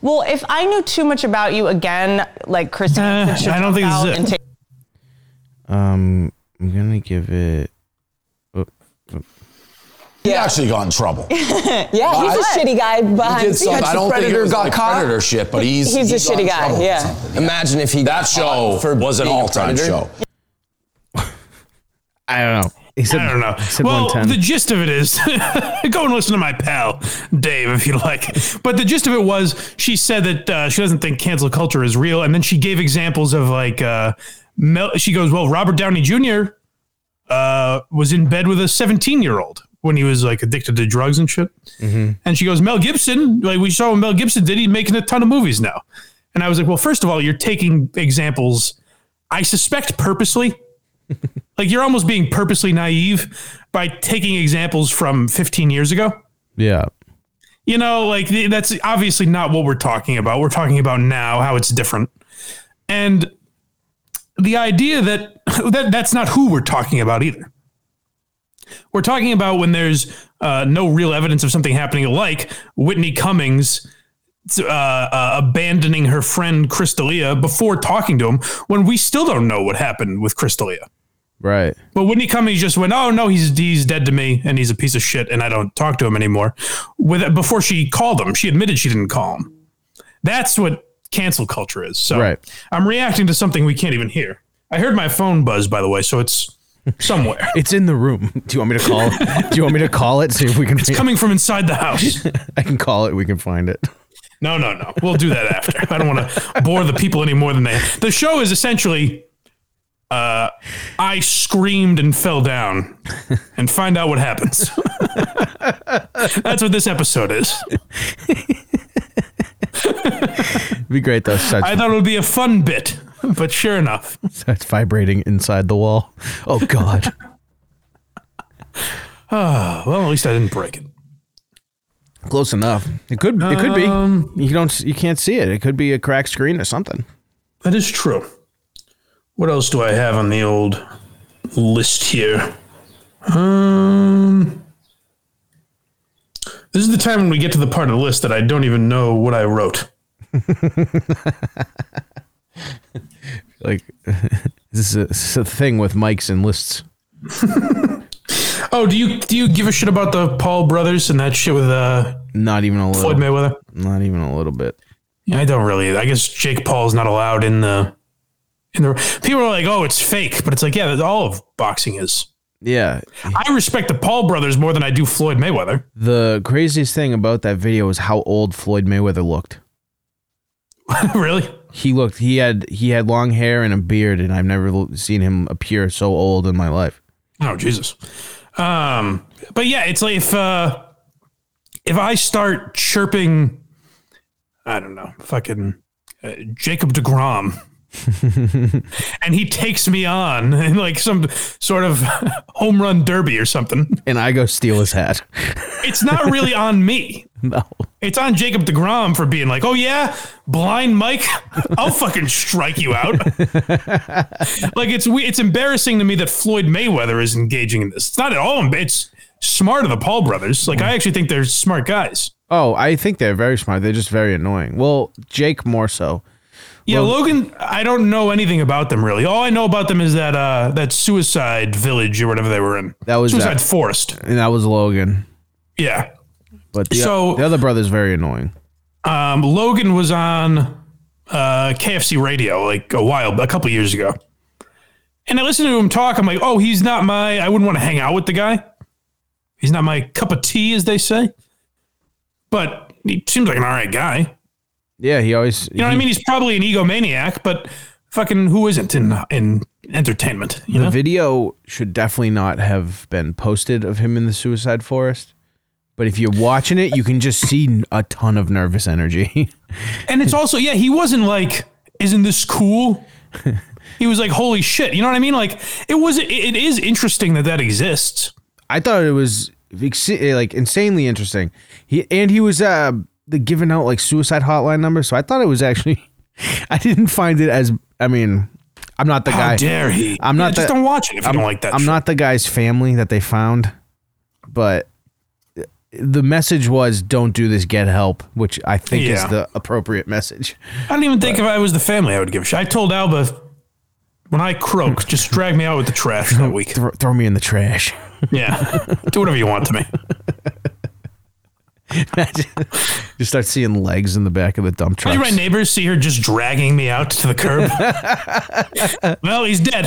well, if I knew too much about you again, like Christy, Eh, should I don't drop think this is out it. and take Um, I'm gonna give it. oh, oh. he actually got in trouble. Yeah, he's a shitty guy behind He the did something. scenes. I don't think it predator was got like caught. predator shit, but he's He's a he got in shitty guy, trouble with yeah. something. Imagine if he That got show caught for was an being a all-time predator. show. I don't know. He said, I don't know. he said well, 110. the gist of it is go and listen to my pal, Dave, if you like. But the gist of it was she said that uh, she doesn't think cancel culture is real. And then she gave examples of like, uh, Mel- she goes, well, Robert Downey Jr. Uh, was in bed with a 17 year old when he was like addicted to drugs and shit. And she goes, Mel Gibson, like we saw what Mel Gibson did, he's making a ton of movies now. And I was like, well, first of all, you're taking examples, I suspect purposely. like you're almost being purposely naive by taking examples from 15 years ago. yeah. You know, like th- that's obviously not what we're talking about. We're talking about now, how it's different. And the idea that, that that's not who we're talking about either. We're talking about when there's uh, no real evidence of something happening, like Whitney Cummings uh, uh, abandoning her friend Crystalia before talking to him, when we still don't know what happened with Crystalia. Right. But Whitney Cummings just went, "Oh no, he's he's dead to me, and he's a piece of shit, and I don't talk to him anymore." With before she called him, she admitted she didn't call him. That's what cancel culture is. So Right. I'm reacting to something we can't even hear. I heard my phone buzz, by the way, so it's somewhere. It's in the room. Do you want me to call? do you want me to call it? See if we can. it's coming from inside the house. I can call it. We can find it. No, no, no. We'll do that after. I don't want to bore the people any more than they. The show is essentially, uh, I screamed and fell down, and find out what happens. That's what this episode is. It'd be great though. Such, I thought it would be a fun bit, but sure enough, such vibrating inside the wall. Oh God. well, at least I didn't break it. Close enough. It could. It could be. Um, you don't. You can't see it. It could be a cracked screen or something. That is true. What else do I have on the old list here? Um, this is the time when we get to the part of the list that I don't even know what I wrote. Like this is, a, this is a thing with mics and lists. Oh, do you do you give a shit about the Paul brothers and that shit with uh, Not even a little. Floyd Mayweather? Not even a little bit. Yeah, I don't really. I guess Jake Paul's not allowed in the in the. People are like, "Oh, it's fake," but it's like, yeah, that's all of boxing is. Yeah. I respect the Paul brothers more than I do Floyd Mayweather. The craziest thing about that video is how old Floyd Mayweather looked. really? He looked. He had he had long hair and a beard, and I've never l- seen him appear so old in my life. Oh Jesus. Um, but yeah, it's like if uh, if I start chirping, I don't know, fucking uh, Jacob Degrom, and he takes me on in like some sort of home run derby or something. And I go steal his hat. It's not really on me. no. It's on Jacob Degrom for being like, "Oh yeah, blind Mike, I'll fucking strike you out." like it's we- it's embarrassing to me that Floyd Mayweather is engaging in this. It's not at all. emb- It's smart of the Paul brothers. Like I actually think they're smart guys. Oh, I think they're very smart. They're just very annoying. Well, Jake more so. Yeah, Logan. I don't know anything about them really. All I know about them is that uh that Suicide Village or whatever they were in. That was Suicide that. Forest. And that was Logan. Yeah. But the, So- the other brother's very annoying. Um, Logan was on uh, KFC radio like a while, a couple years ago. And I listened to him talk. I'm like, oh, he's not my, I wouldn't want to hang out with the guy. He's not my cup of tea, as they say. But he seems like an all right guy. You Yeah, he always. know what I mean? He's probably an egomaniac, but fucking who isn't in in entertainment? You The know? video should definitely not have been posted of him in the suicide forest. But if you're watching it, you can just see a ton of nervous energy. And it's also, yeah, he wasn't like isn't this cool? he was like, holy shit. You know what I mean? Like, it was, it, it is interesting that that exists. I thought it was ex- like insanely interesting. He and he was uh the giving out like suicide hotline numbers, so I thought it was actually. I didn't find it as. I mean, I'm not the How guy. dare he? I'm not Yeah, just the- don't watch it if I'm, you don't like that. I'm shit. not the guy's family that they found, but the message was don't do this, get help, which I think is Yeah. the appropriate message. I don't even think if I was the family, I would give a shit. I told Alba when I croak, just drag me out with the trash that week. Throw, throw me in the trash. Yeah, do whatever you want to me. Just start seeing legs in the back of the dump All truck. my neighbors see her just dragging me out to the curb. well, he's dead.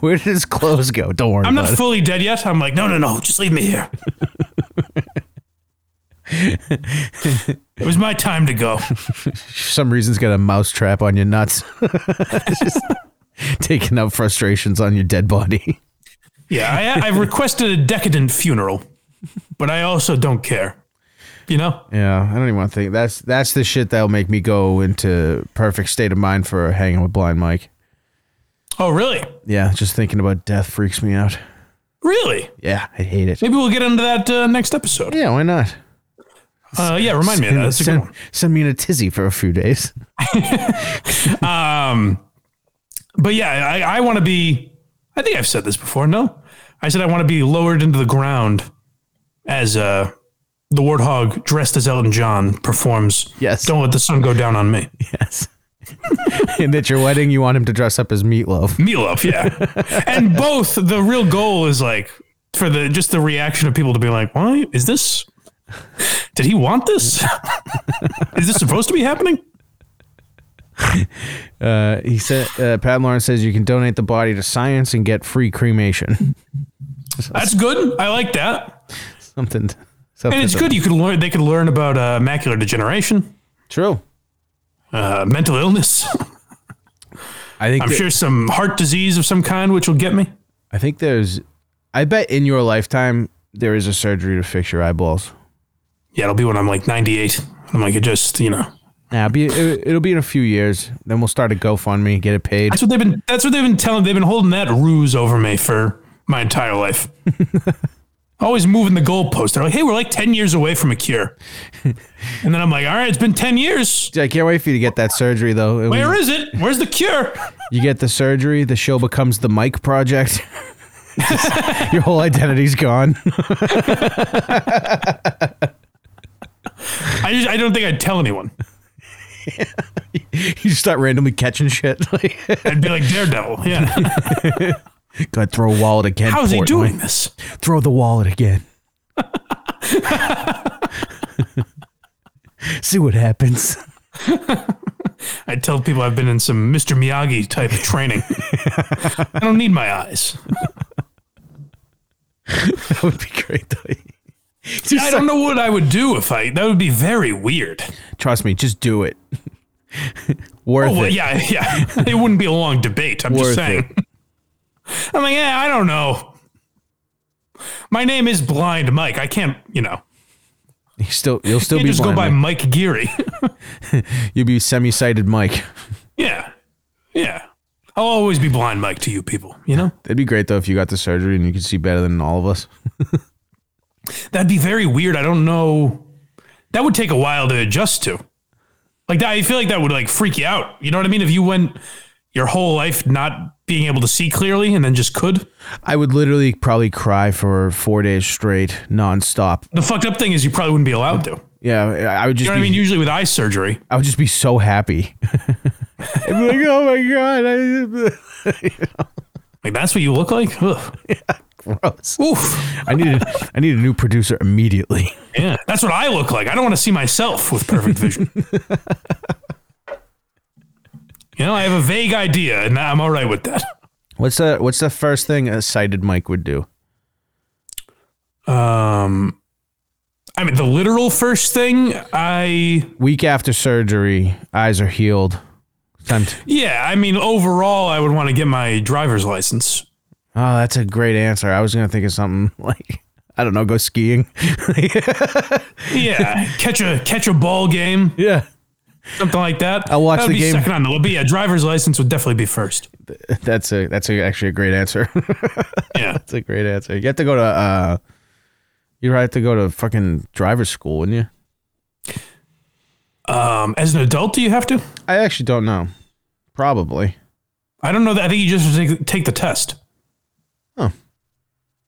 Where did his clothes go? Don't worry I'm about not fully dead yet. I'm like, no, no, no, just leave me here. it was my time to go. it. For some reason, it's got a mouse trap on your nuts. Just taking out frustrations on your dead body. Yeah, I, I've requested a decadent funeral, but I also don't care. You know? Yeah, I don't even want to think. That's that's the shit that'll make me go into perfect state of mind for hanging with Blind Mike. Oh, really? Yeah, just thinking about death freaks me out. Really? Yeah, I hate it. Maybe we'll get into that uh, next episode. Yeah, why not? Uh, yeah, remind me of that. That's a good send, one. send me in a tizzy for a few days. Um, But yeah, I, I want to be. I think I've said this before. No, I said I want to be lowered into the ground as uh, the warthog dressed as Elton John performs. Yes. Don't let the sun go down on me. Yes. and at your wedding, you want him to dress up as meatloaf. Meatloaf, yeah. and both the real goal is like for the just the reaction of people to be like, "Why is this? Did he want this? is this supposed to be happening?" Uh, he said, uh, Pat Lawrence says you can donate the body to science and get free cremation. That's good. I like that. something, something. And it's to- good. You could learn. They could learn about uh, macular degeneration, True. uh, mental illness. I think. I'm that- sure some heart disease of some kind, which will get me. I think there's. I bet in your lifetime there is a surgery to fix your eyeballs. Yeah, it'll be when I'm like 98. I'm like, it just, you know, Now, be it, it'll be in a few years. Then we'll start a GoFundMe, get it paid. that's what they've been. That's what they've been telling. They've been holding that ruse over me for my entire life. Always moving the goalpost. They're like, hey, we're like 10 years away from a cure. And then I'm like, all right, it's been 10 years. I can't wait for you to get that surgery though. It Where is was- it? Where's the cure? you get the surgery, the show becomes the Mike Project. your whole identity's gone. I just, I don't think I'd tell anyone. you start randomly catching shit. Like, I'd be like Daredevil. Yeah. God, throw wallet again. How's he Portnoy. doing this? Throw the wallet again. See what happens. I tell people I've been in some Mr. Miyagi type of training. I don't need my eyes. That would be great. Though. Just I don't know what I would do if I. That would be very weird. Trust me, just do it. Worth Oh well, it. yeah, yeah. It wouldn't be a long debate. I'm Worth just saying. I'm like, yeah, I don't know. My name is Blind Mike. I can't, you know, You still, you'll still can't be just go blind, by Mike. Mike Geary. You'll be semi-sighted, Mike. yeah, yeah. I'll always be Blind Mike to you people. You know, That'd be great though if you got the surgery and you could see better than all of us. that'd be very weird. I don't know. That would take a while to adjust to. Like that, I feel like that would like freak you out. You know what I mean? If you went your whole life not being able to see clearly and then just could. I would literally probably cry for four days straight, nonstop. The fucked up thing is you probably wouldn't be allowed to. You Yeah, I I would just know what be, I mean? Usually with eye surgery, I would just be so happy. I'd be like, oh my god, like that's what you look like. Ugh. I, gross. Oof. I need, I need a new producer immediately. Yeah, that's what I look like. I don't want to see myself with perfect vision. you know, I have a vague idea, and I'm all right with that. What's the, what's the first thing a sighted Mike would do? Um, I mean, the literal first thing I Week after surgery, eyes are healed. Time to, yeah, I mean, overall, I would want to get my driver's license. oh, that's a great answer. I was gonna think of something like. I I don't know, go skiing. Yeah, catch a catch a ball game, yeah. something like that. I'll watch That would the be game. Second on the would be a driver's license would definitely be first. That's a that's a, actually a great answer. Yeah, that's a great answer. You have to go to uh you have to go to fucking driver's school, wouldn't you? um, as an adult, do you have to? I actually don't know. Probably. I don't know that. I think you just take, take the test. Oh.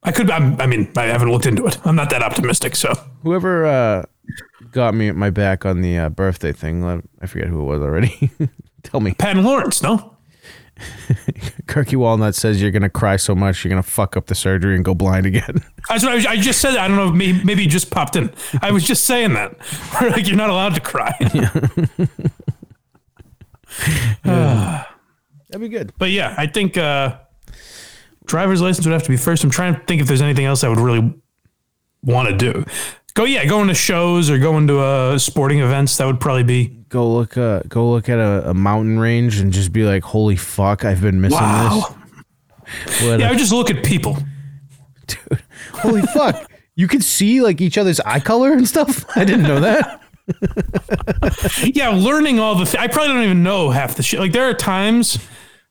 I could. I'm, I mean, I haven't looked into it. I'm not that optimistic. So Whoever uh, got me at my back on the uh, birthday thing, let- I forget who it was already. Tell me. Pat and Lawrence, no. Kirky Walnut says you're going to cry so much, you're going to fuck up the surgery and go blind again. That's what I, was, I just said. I don't know. Maybe, maybe it just popped in. I was just saying that. like you're not allowed to cry. That'd be good. But yeah, I think uh, driver's license would have to be first. I'm trying to think if there's anything else I would really want to do. Go, yeah, going to shows or going to uh, sporting events. That would probably be Go look uh, go look at a, a mountain range and just be like, holy fuck, I've been missing wow. this. What Yeah, I a- would just look at people. holy fuck. You can see like each other's eye color and stuff. I didn't know that. Yeah, learning all the. Th- I probably don't even know half the shit. Like there are times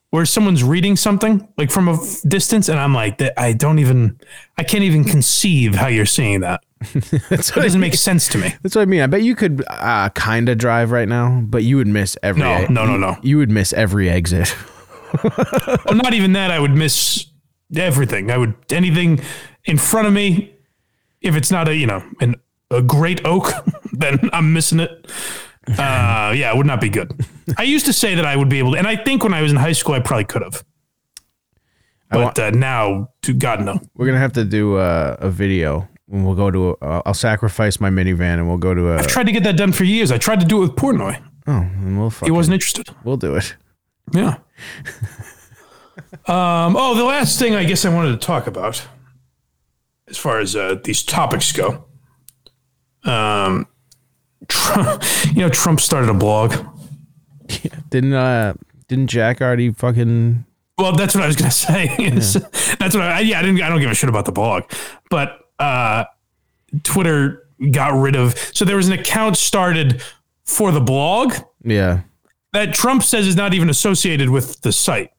where someone's reading something like from a f- distance, and I'm like, "That- I don't even. I can't even conceive how you're seeing that. That's It what, I, doesn't make sense to me. that's what I mean. I bet you could uh, kind of drive right now, but you would miss every. e-, No, no, no, no. You would miss every exit. Well, not even that. I would miss everything. I would anything in front of me. If it's not a you know an, a great oak, then I'm missing it. Uh, yeah, it would not be good. I used to say that I would be able to, and I think when I was in high school, I probably could have. But uh, now, to God no. We're gonna have to do uh, a video, and we'll go to. A, uh, I'll sacrifice my minivan, and we'll go to a. I tried to get that done for years. I tried to do it with Portnoy. Oh, and we'll He fucking, wasn't interested. We'll do it. Yeah. um, oh, the last thing I guess I wanted to talk about, as far as uh, these topics go, um, Trump, you know, Trump started a blog. Didn't uh, didn't Jack already fucking? Well, that's what I was gonna say. is- That's what I yeah. I didn't. I don't give a shit about the blog, but uh, Twitter got rid of. So there was an account started for the blog. Yeah, that Trump says is not even associated with the site.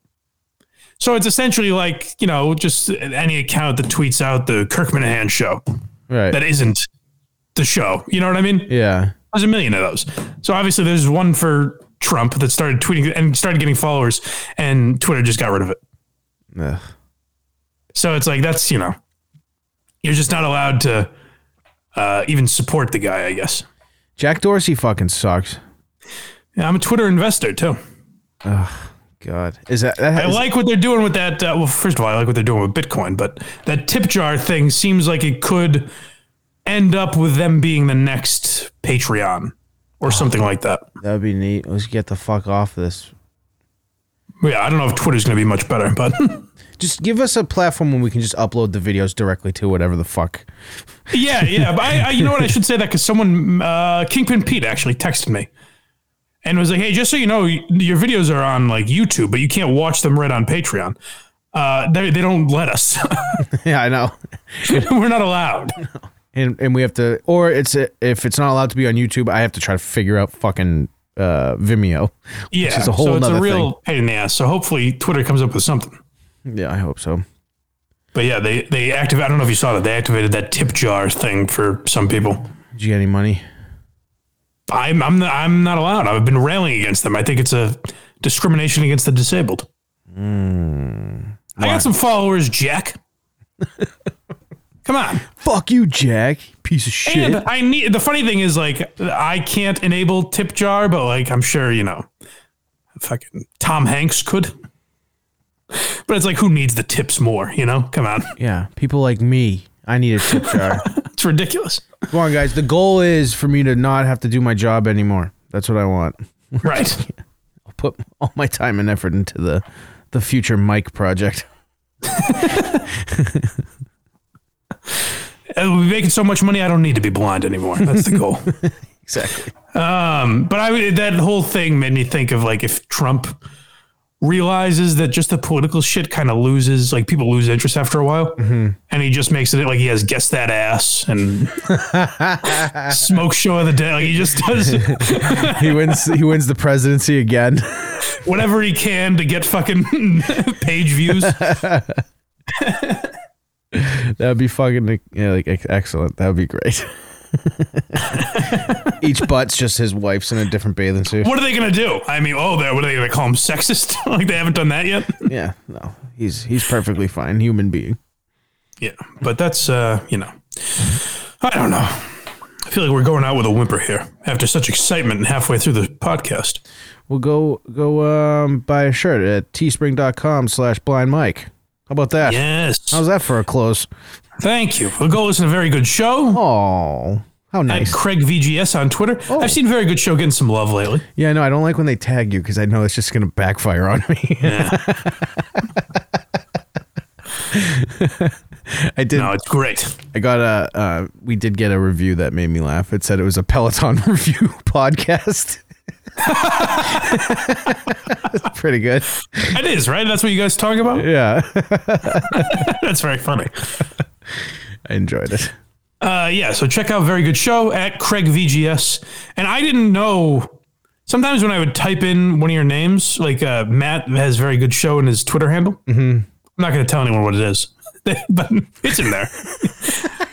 So it's essentially like, you know, just any account that tweets out the Kirkmanahan show right. that isn't the show. You know what I mean? yeah, There's a million of those. So obviously there's one for Trump that started tweeting and started getting followers and Twitter just got rid of it. Ugh. So it's like that's, you know, you're just not allowed to uh, even support the guy, I guess. Jack Dorsey fucking sucks. Yeah, I'm a Twitter investor too. God, is that? that I is- like what they're doing with that. Uh, well, first of all, I like what they're doing with Bitcoin, but that tip jar thing seems like it could end up with them being the next Patreon or something like that. that'd be neat. Let's get the fuck off this. Yeah, I don't know if Twitter's going to be much better, but Just give us a platform when we can just upload the videos directly to whatever the fuck. yeah, yeah. But I, I, you know what? I should say that because someone, uh, Kingpin Pete, actually texted me and was like, "Hey, just so you know, y- your videos are on like YouTube, but you can't watch them right on Patreon. Uh, they they don't let us. yeah, I know. We're not allowed." and and we have to or it's if it's not allowed to be on YouTube, I have to try to figure out fucking uh Vimeo. Yeah, is a whole so it's a nother real pain in the ass. So hopefully Twitter comes up with something. Yeah, I hope so. But yeah, they they active. I don't know if you saw that they activated that tip jar thing for some people. Did you get any money? I'm I'm not, I'm not allowed. I've been railing against them. I think it's a discrimination against the disabled. Hmm. I got some followers, Jack. Come on. Fuck you, Jack. Piece of shit. And I need the funny thing is like I can't enable tip jar, but like I'm sure you know, fucking Tom Hanks could. But it's like who needs the tips more? You know, come on. yeah, people like me. I need a tip jar. It's ridiculous. Come on, guys. The goal is for me to not have to do my job anymore. That's what I want. Right. I'll put all my time and effort into the the future Mike project. And We're Uh, making so much money, I don't need to be blind anymore. That's the goal. Exactly. um, but I that whole thing made me think of like if Trump realizes that just the political shit kind of loses, like people lose interest after a while, and he just makes it like he has guessed that ass and smoke show of the day. Like he just does He wins. he wins the presidency again. whatever he can to get fucking page views. That'd be fucking yeah, like ex- excellent. That'd be great. Each butt's just his wife's in a different bathing suit. What are they gonna do? I mean, oh, they're, what are they gonna call him sexist? like they haven't done that yet. Yeah, no, he's he's perfectly fine human being. Yeah, but that's uh, you know, I don't know. I feel like we're going out with a whimper here after such excitement halfway through the podcast. We'll go go um buy a shirt at teespring.com slash blind mike. How about that? Yes, How's that for a close? thank you. We'll go listen to a very good show. Oh, how At nice. Oh. Craig VGS on Twitter. I've seen very good show getting some love lately. Yeah, no, I don't like when they tag you because I know it's just gonna backfire on me. I did. No, it's great. I got a. Uh, we did get a review that made me laugh. It said it was a Peloton review podcast. That's pretty good. It is right. That's what you guys talk about. Yeah, That's very funny. I enjoyed it. Uh, yeah, so check out Very Good Show at Craig VGS. And I didn't know. Sometimes when I would type in one of your names, like uh, Matt has Very Good Show in his Twitter handle. Mm-hmm. I'm not going to tell anyone what it is, but it's in there.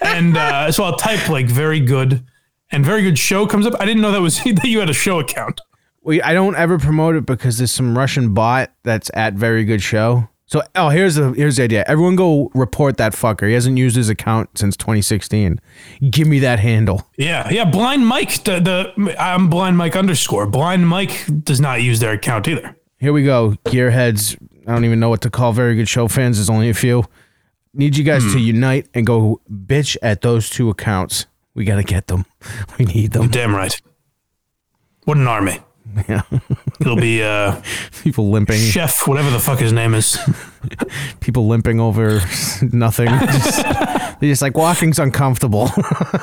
and uh, so I'll type like Very Good and Very Good Show comes up. I didn't know that was that you had a show account. We I don't ever promote it because there's some Russian bot that's at very good show. So oh here's the here's the idea. Everyone go report that fucker. He hasn't used his account since 2016. Give me that handle. Yeah, yeah. Blind Mike, the, the I'm Blind Mike underscore. Blind Mike does not use their account either. Here we go. Gearheads. I don't even know what to call very good show fans. There's only a few. Need you Hmm. guys to unite and go bitch at those two accounts. We gotta get them. We need them. Damn right. What an army. Yeah. It'll be uh, People limping. Chef, whatever the fuck his name is. People limping over nothing. Just- they're just like walking's uncomfortable.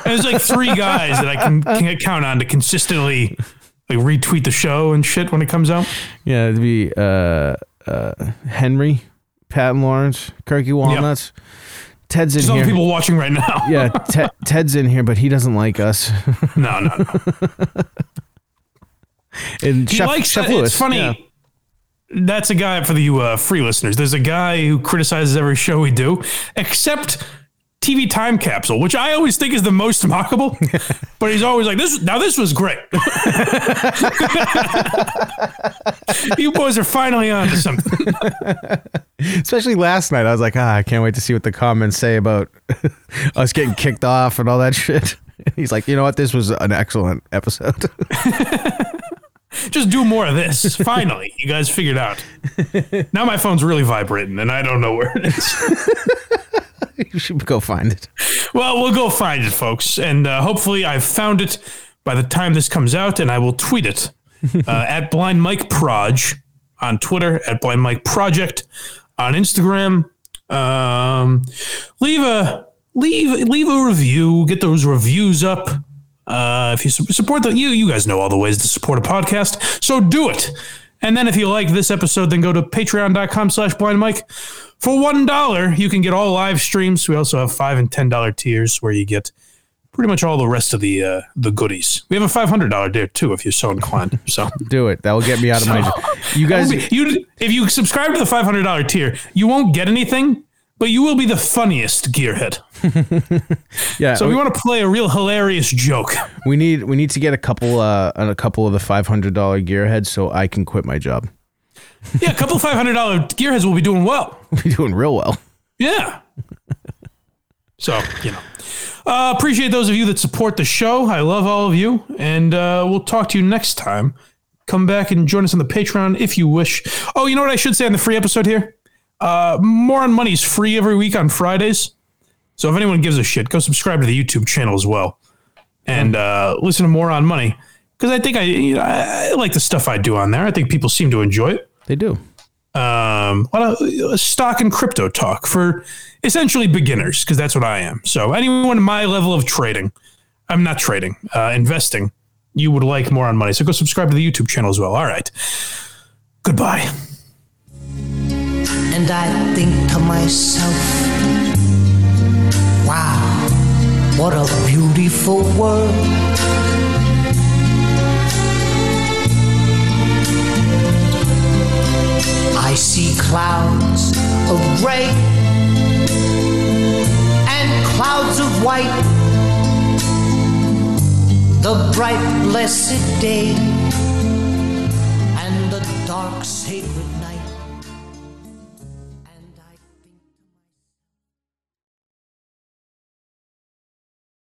There's like three guys that I can, can count on to consistently like retweet the show and shit when it comes out. Yeah, it'd be uh, uh, Henry, Patton Lawrence, Kirky Walnuts. Ted's in There's other here. people watching right now. yeah, Ted Ted's in here, but he doesn't like us. No, no, no. And He Chef, likes Chef that. Lewis. It's funny. yeah. That's a guy for the uh, free listeners. There's a guy who criticizes every show we do, except TV Time Capsule, which I always think is the most mockable. but he's always like, "This now, this was great. you boys are finally on to something." Especially last night, I was like, ah, I can't wait to see what the comments say about us getting kicked off and all that shit. He's like, you know what? This was an excellent episode. just do more of this. Finally, you guys figured out. Now my phone's really vibrating, and I don't know where it is. you should go find it. Well, we'll go find it, folks, and uh, hopefully I've found it by the time this comes out, and I will tweet it uh, at Blind Mike Proj on Twitter, at Blind Mike Project on Instagram. Um, leave a leave leave a review. Get those reviews up. Uh, if you su- support the you you guys know all the ways to support a podcast, so do it. And then if you like this episode, then go to patreon.com slash blind mike. For one dollar, you can get all live streams. We also have five and ten dollar tiers where you get pretty much all the rest of the uh, the goodies. We have a five hundred dollar tier too, if you're so inclined. So Do it. That will get me out of my. You guys, you if you subscribe to the five hundred dollar tier, you won't get anything, but you will be the funniest gearhead. yeah. So if you want to play a real hilarious joke, We need we need to get a couple uh a couple of the five hundred dollar gearheads so I can quit my job. yeah, a couple five hundred dollar gearheads will be doing well. We're doing real well. Yeah. so, you know. Uh, appreciate those of you that support the show. I love all of you. And uh, we'll talk to you next time. Come back and join us on the Patreon if you wish. Oh, you know what I should say on the free episode here? Uh, More on Money's free every week on Fridays. So if anyone gives a shit, go subscribe to the YouTube channel as well. And uh, listen to More on Money. Because I think I, you know, I, I like the stuff I do on there. I think people seem to enjoy it They do. um, a lot of uh, stock and crypto talk for essentially beginners because that's what I am. So anyone in my level of trading, I'm not trading, uh, investing. You would like more on money, so go subscribe to the YouTube channel as well. All right, goodbye. And I think to myself, wow, what a beautiful world. I see clouds of gray and clouds of white. The bright, blessed day and the dark, sacred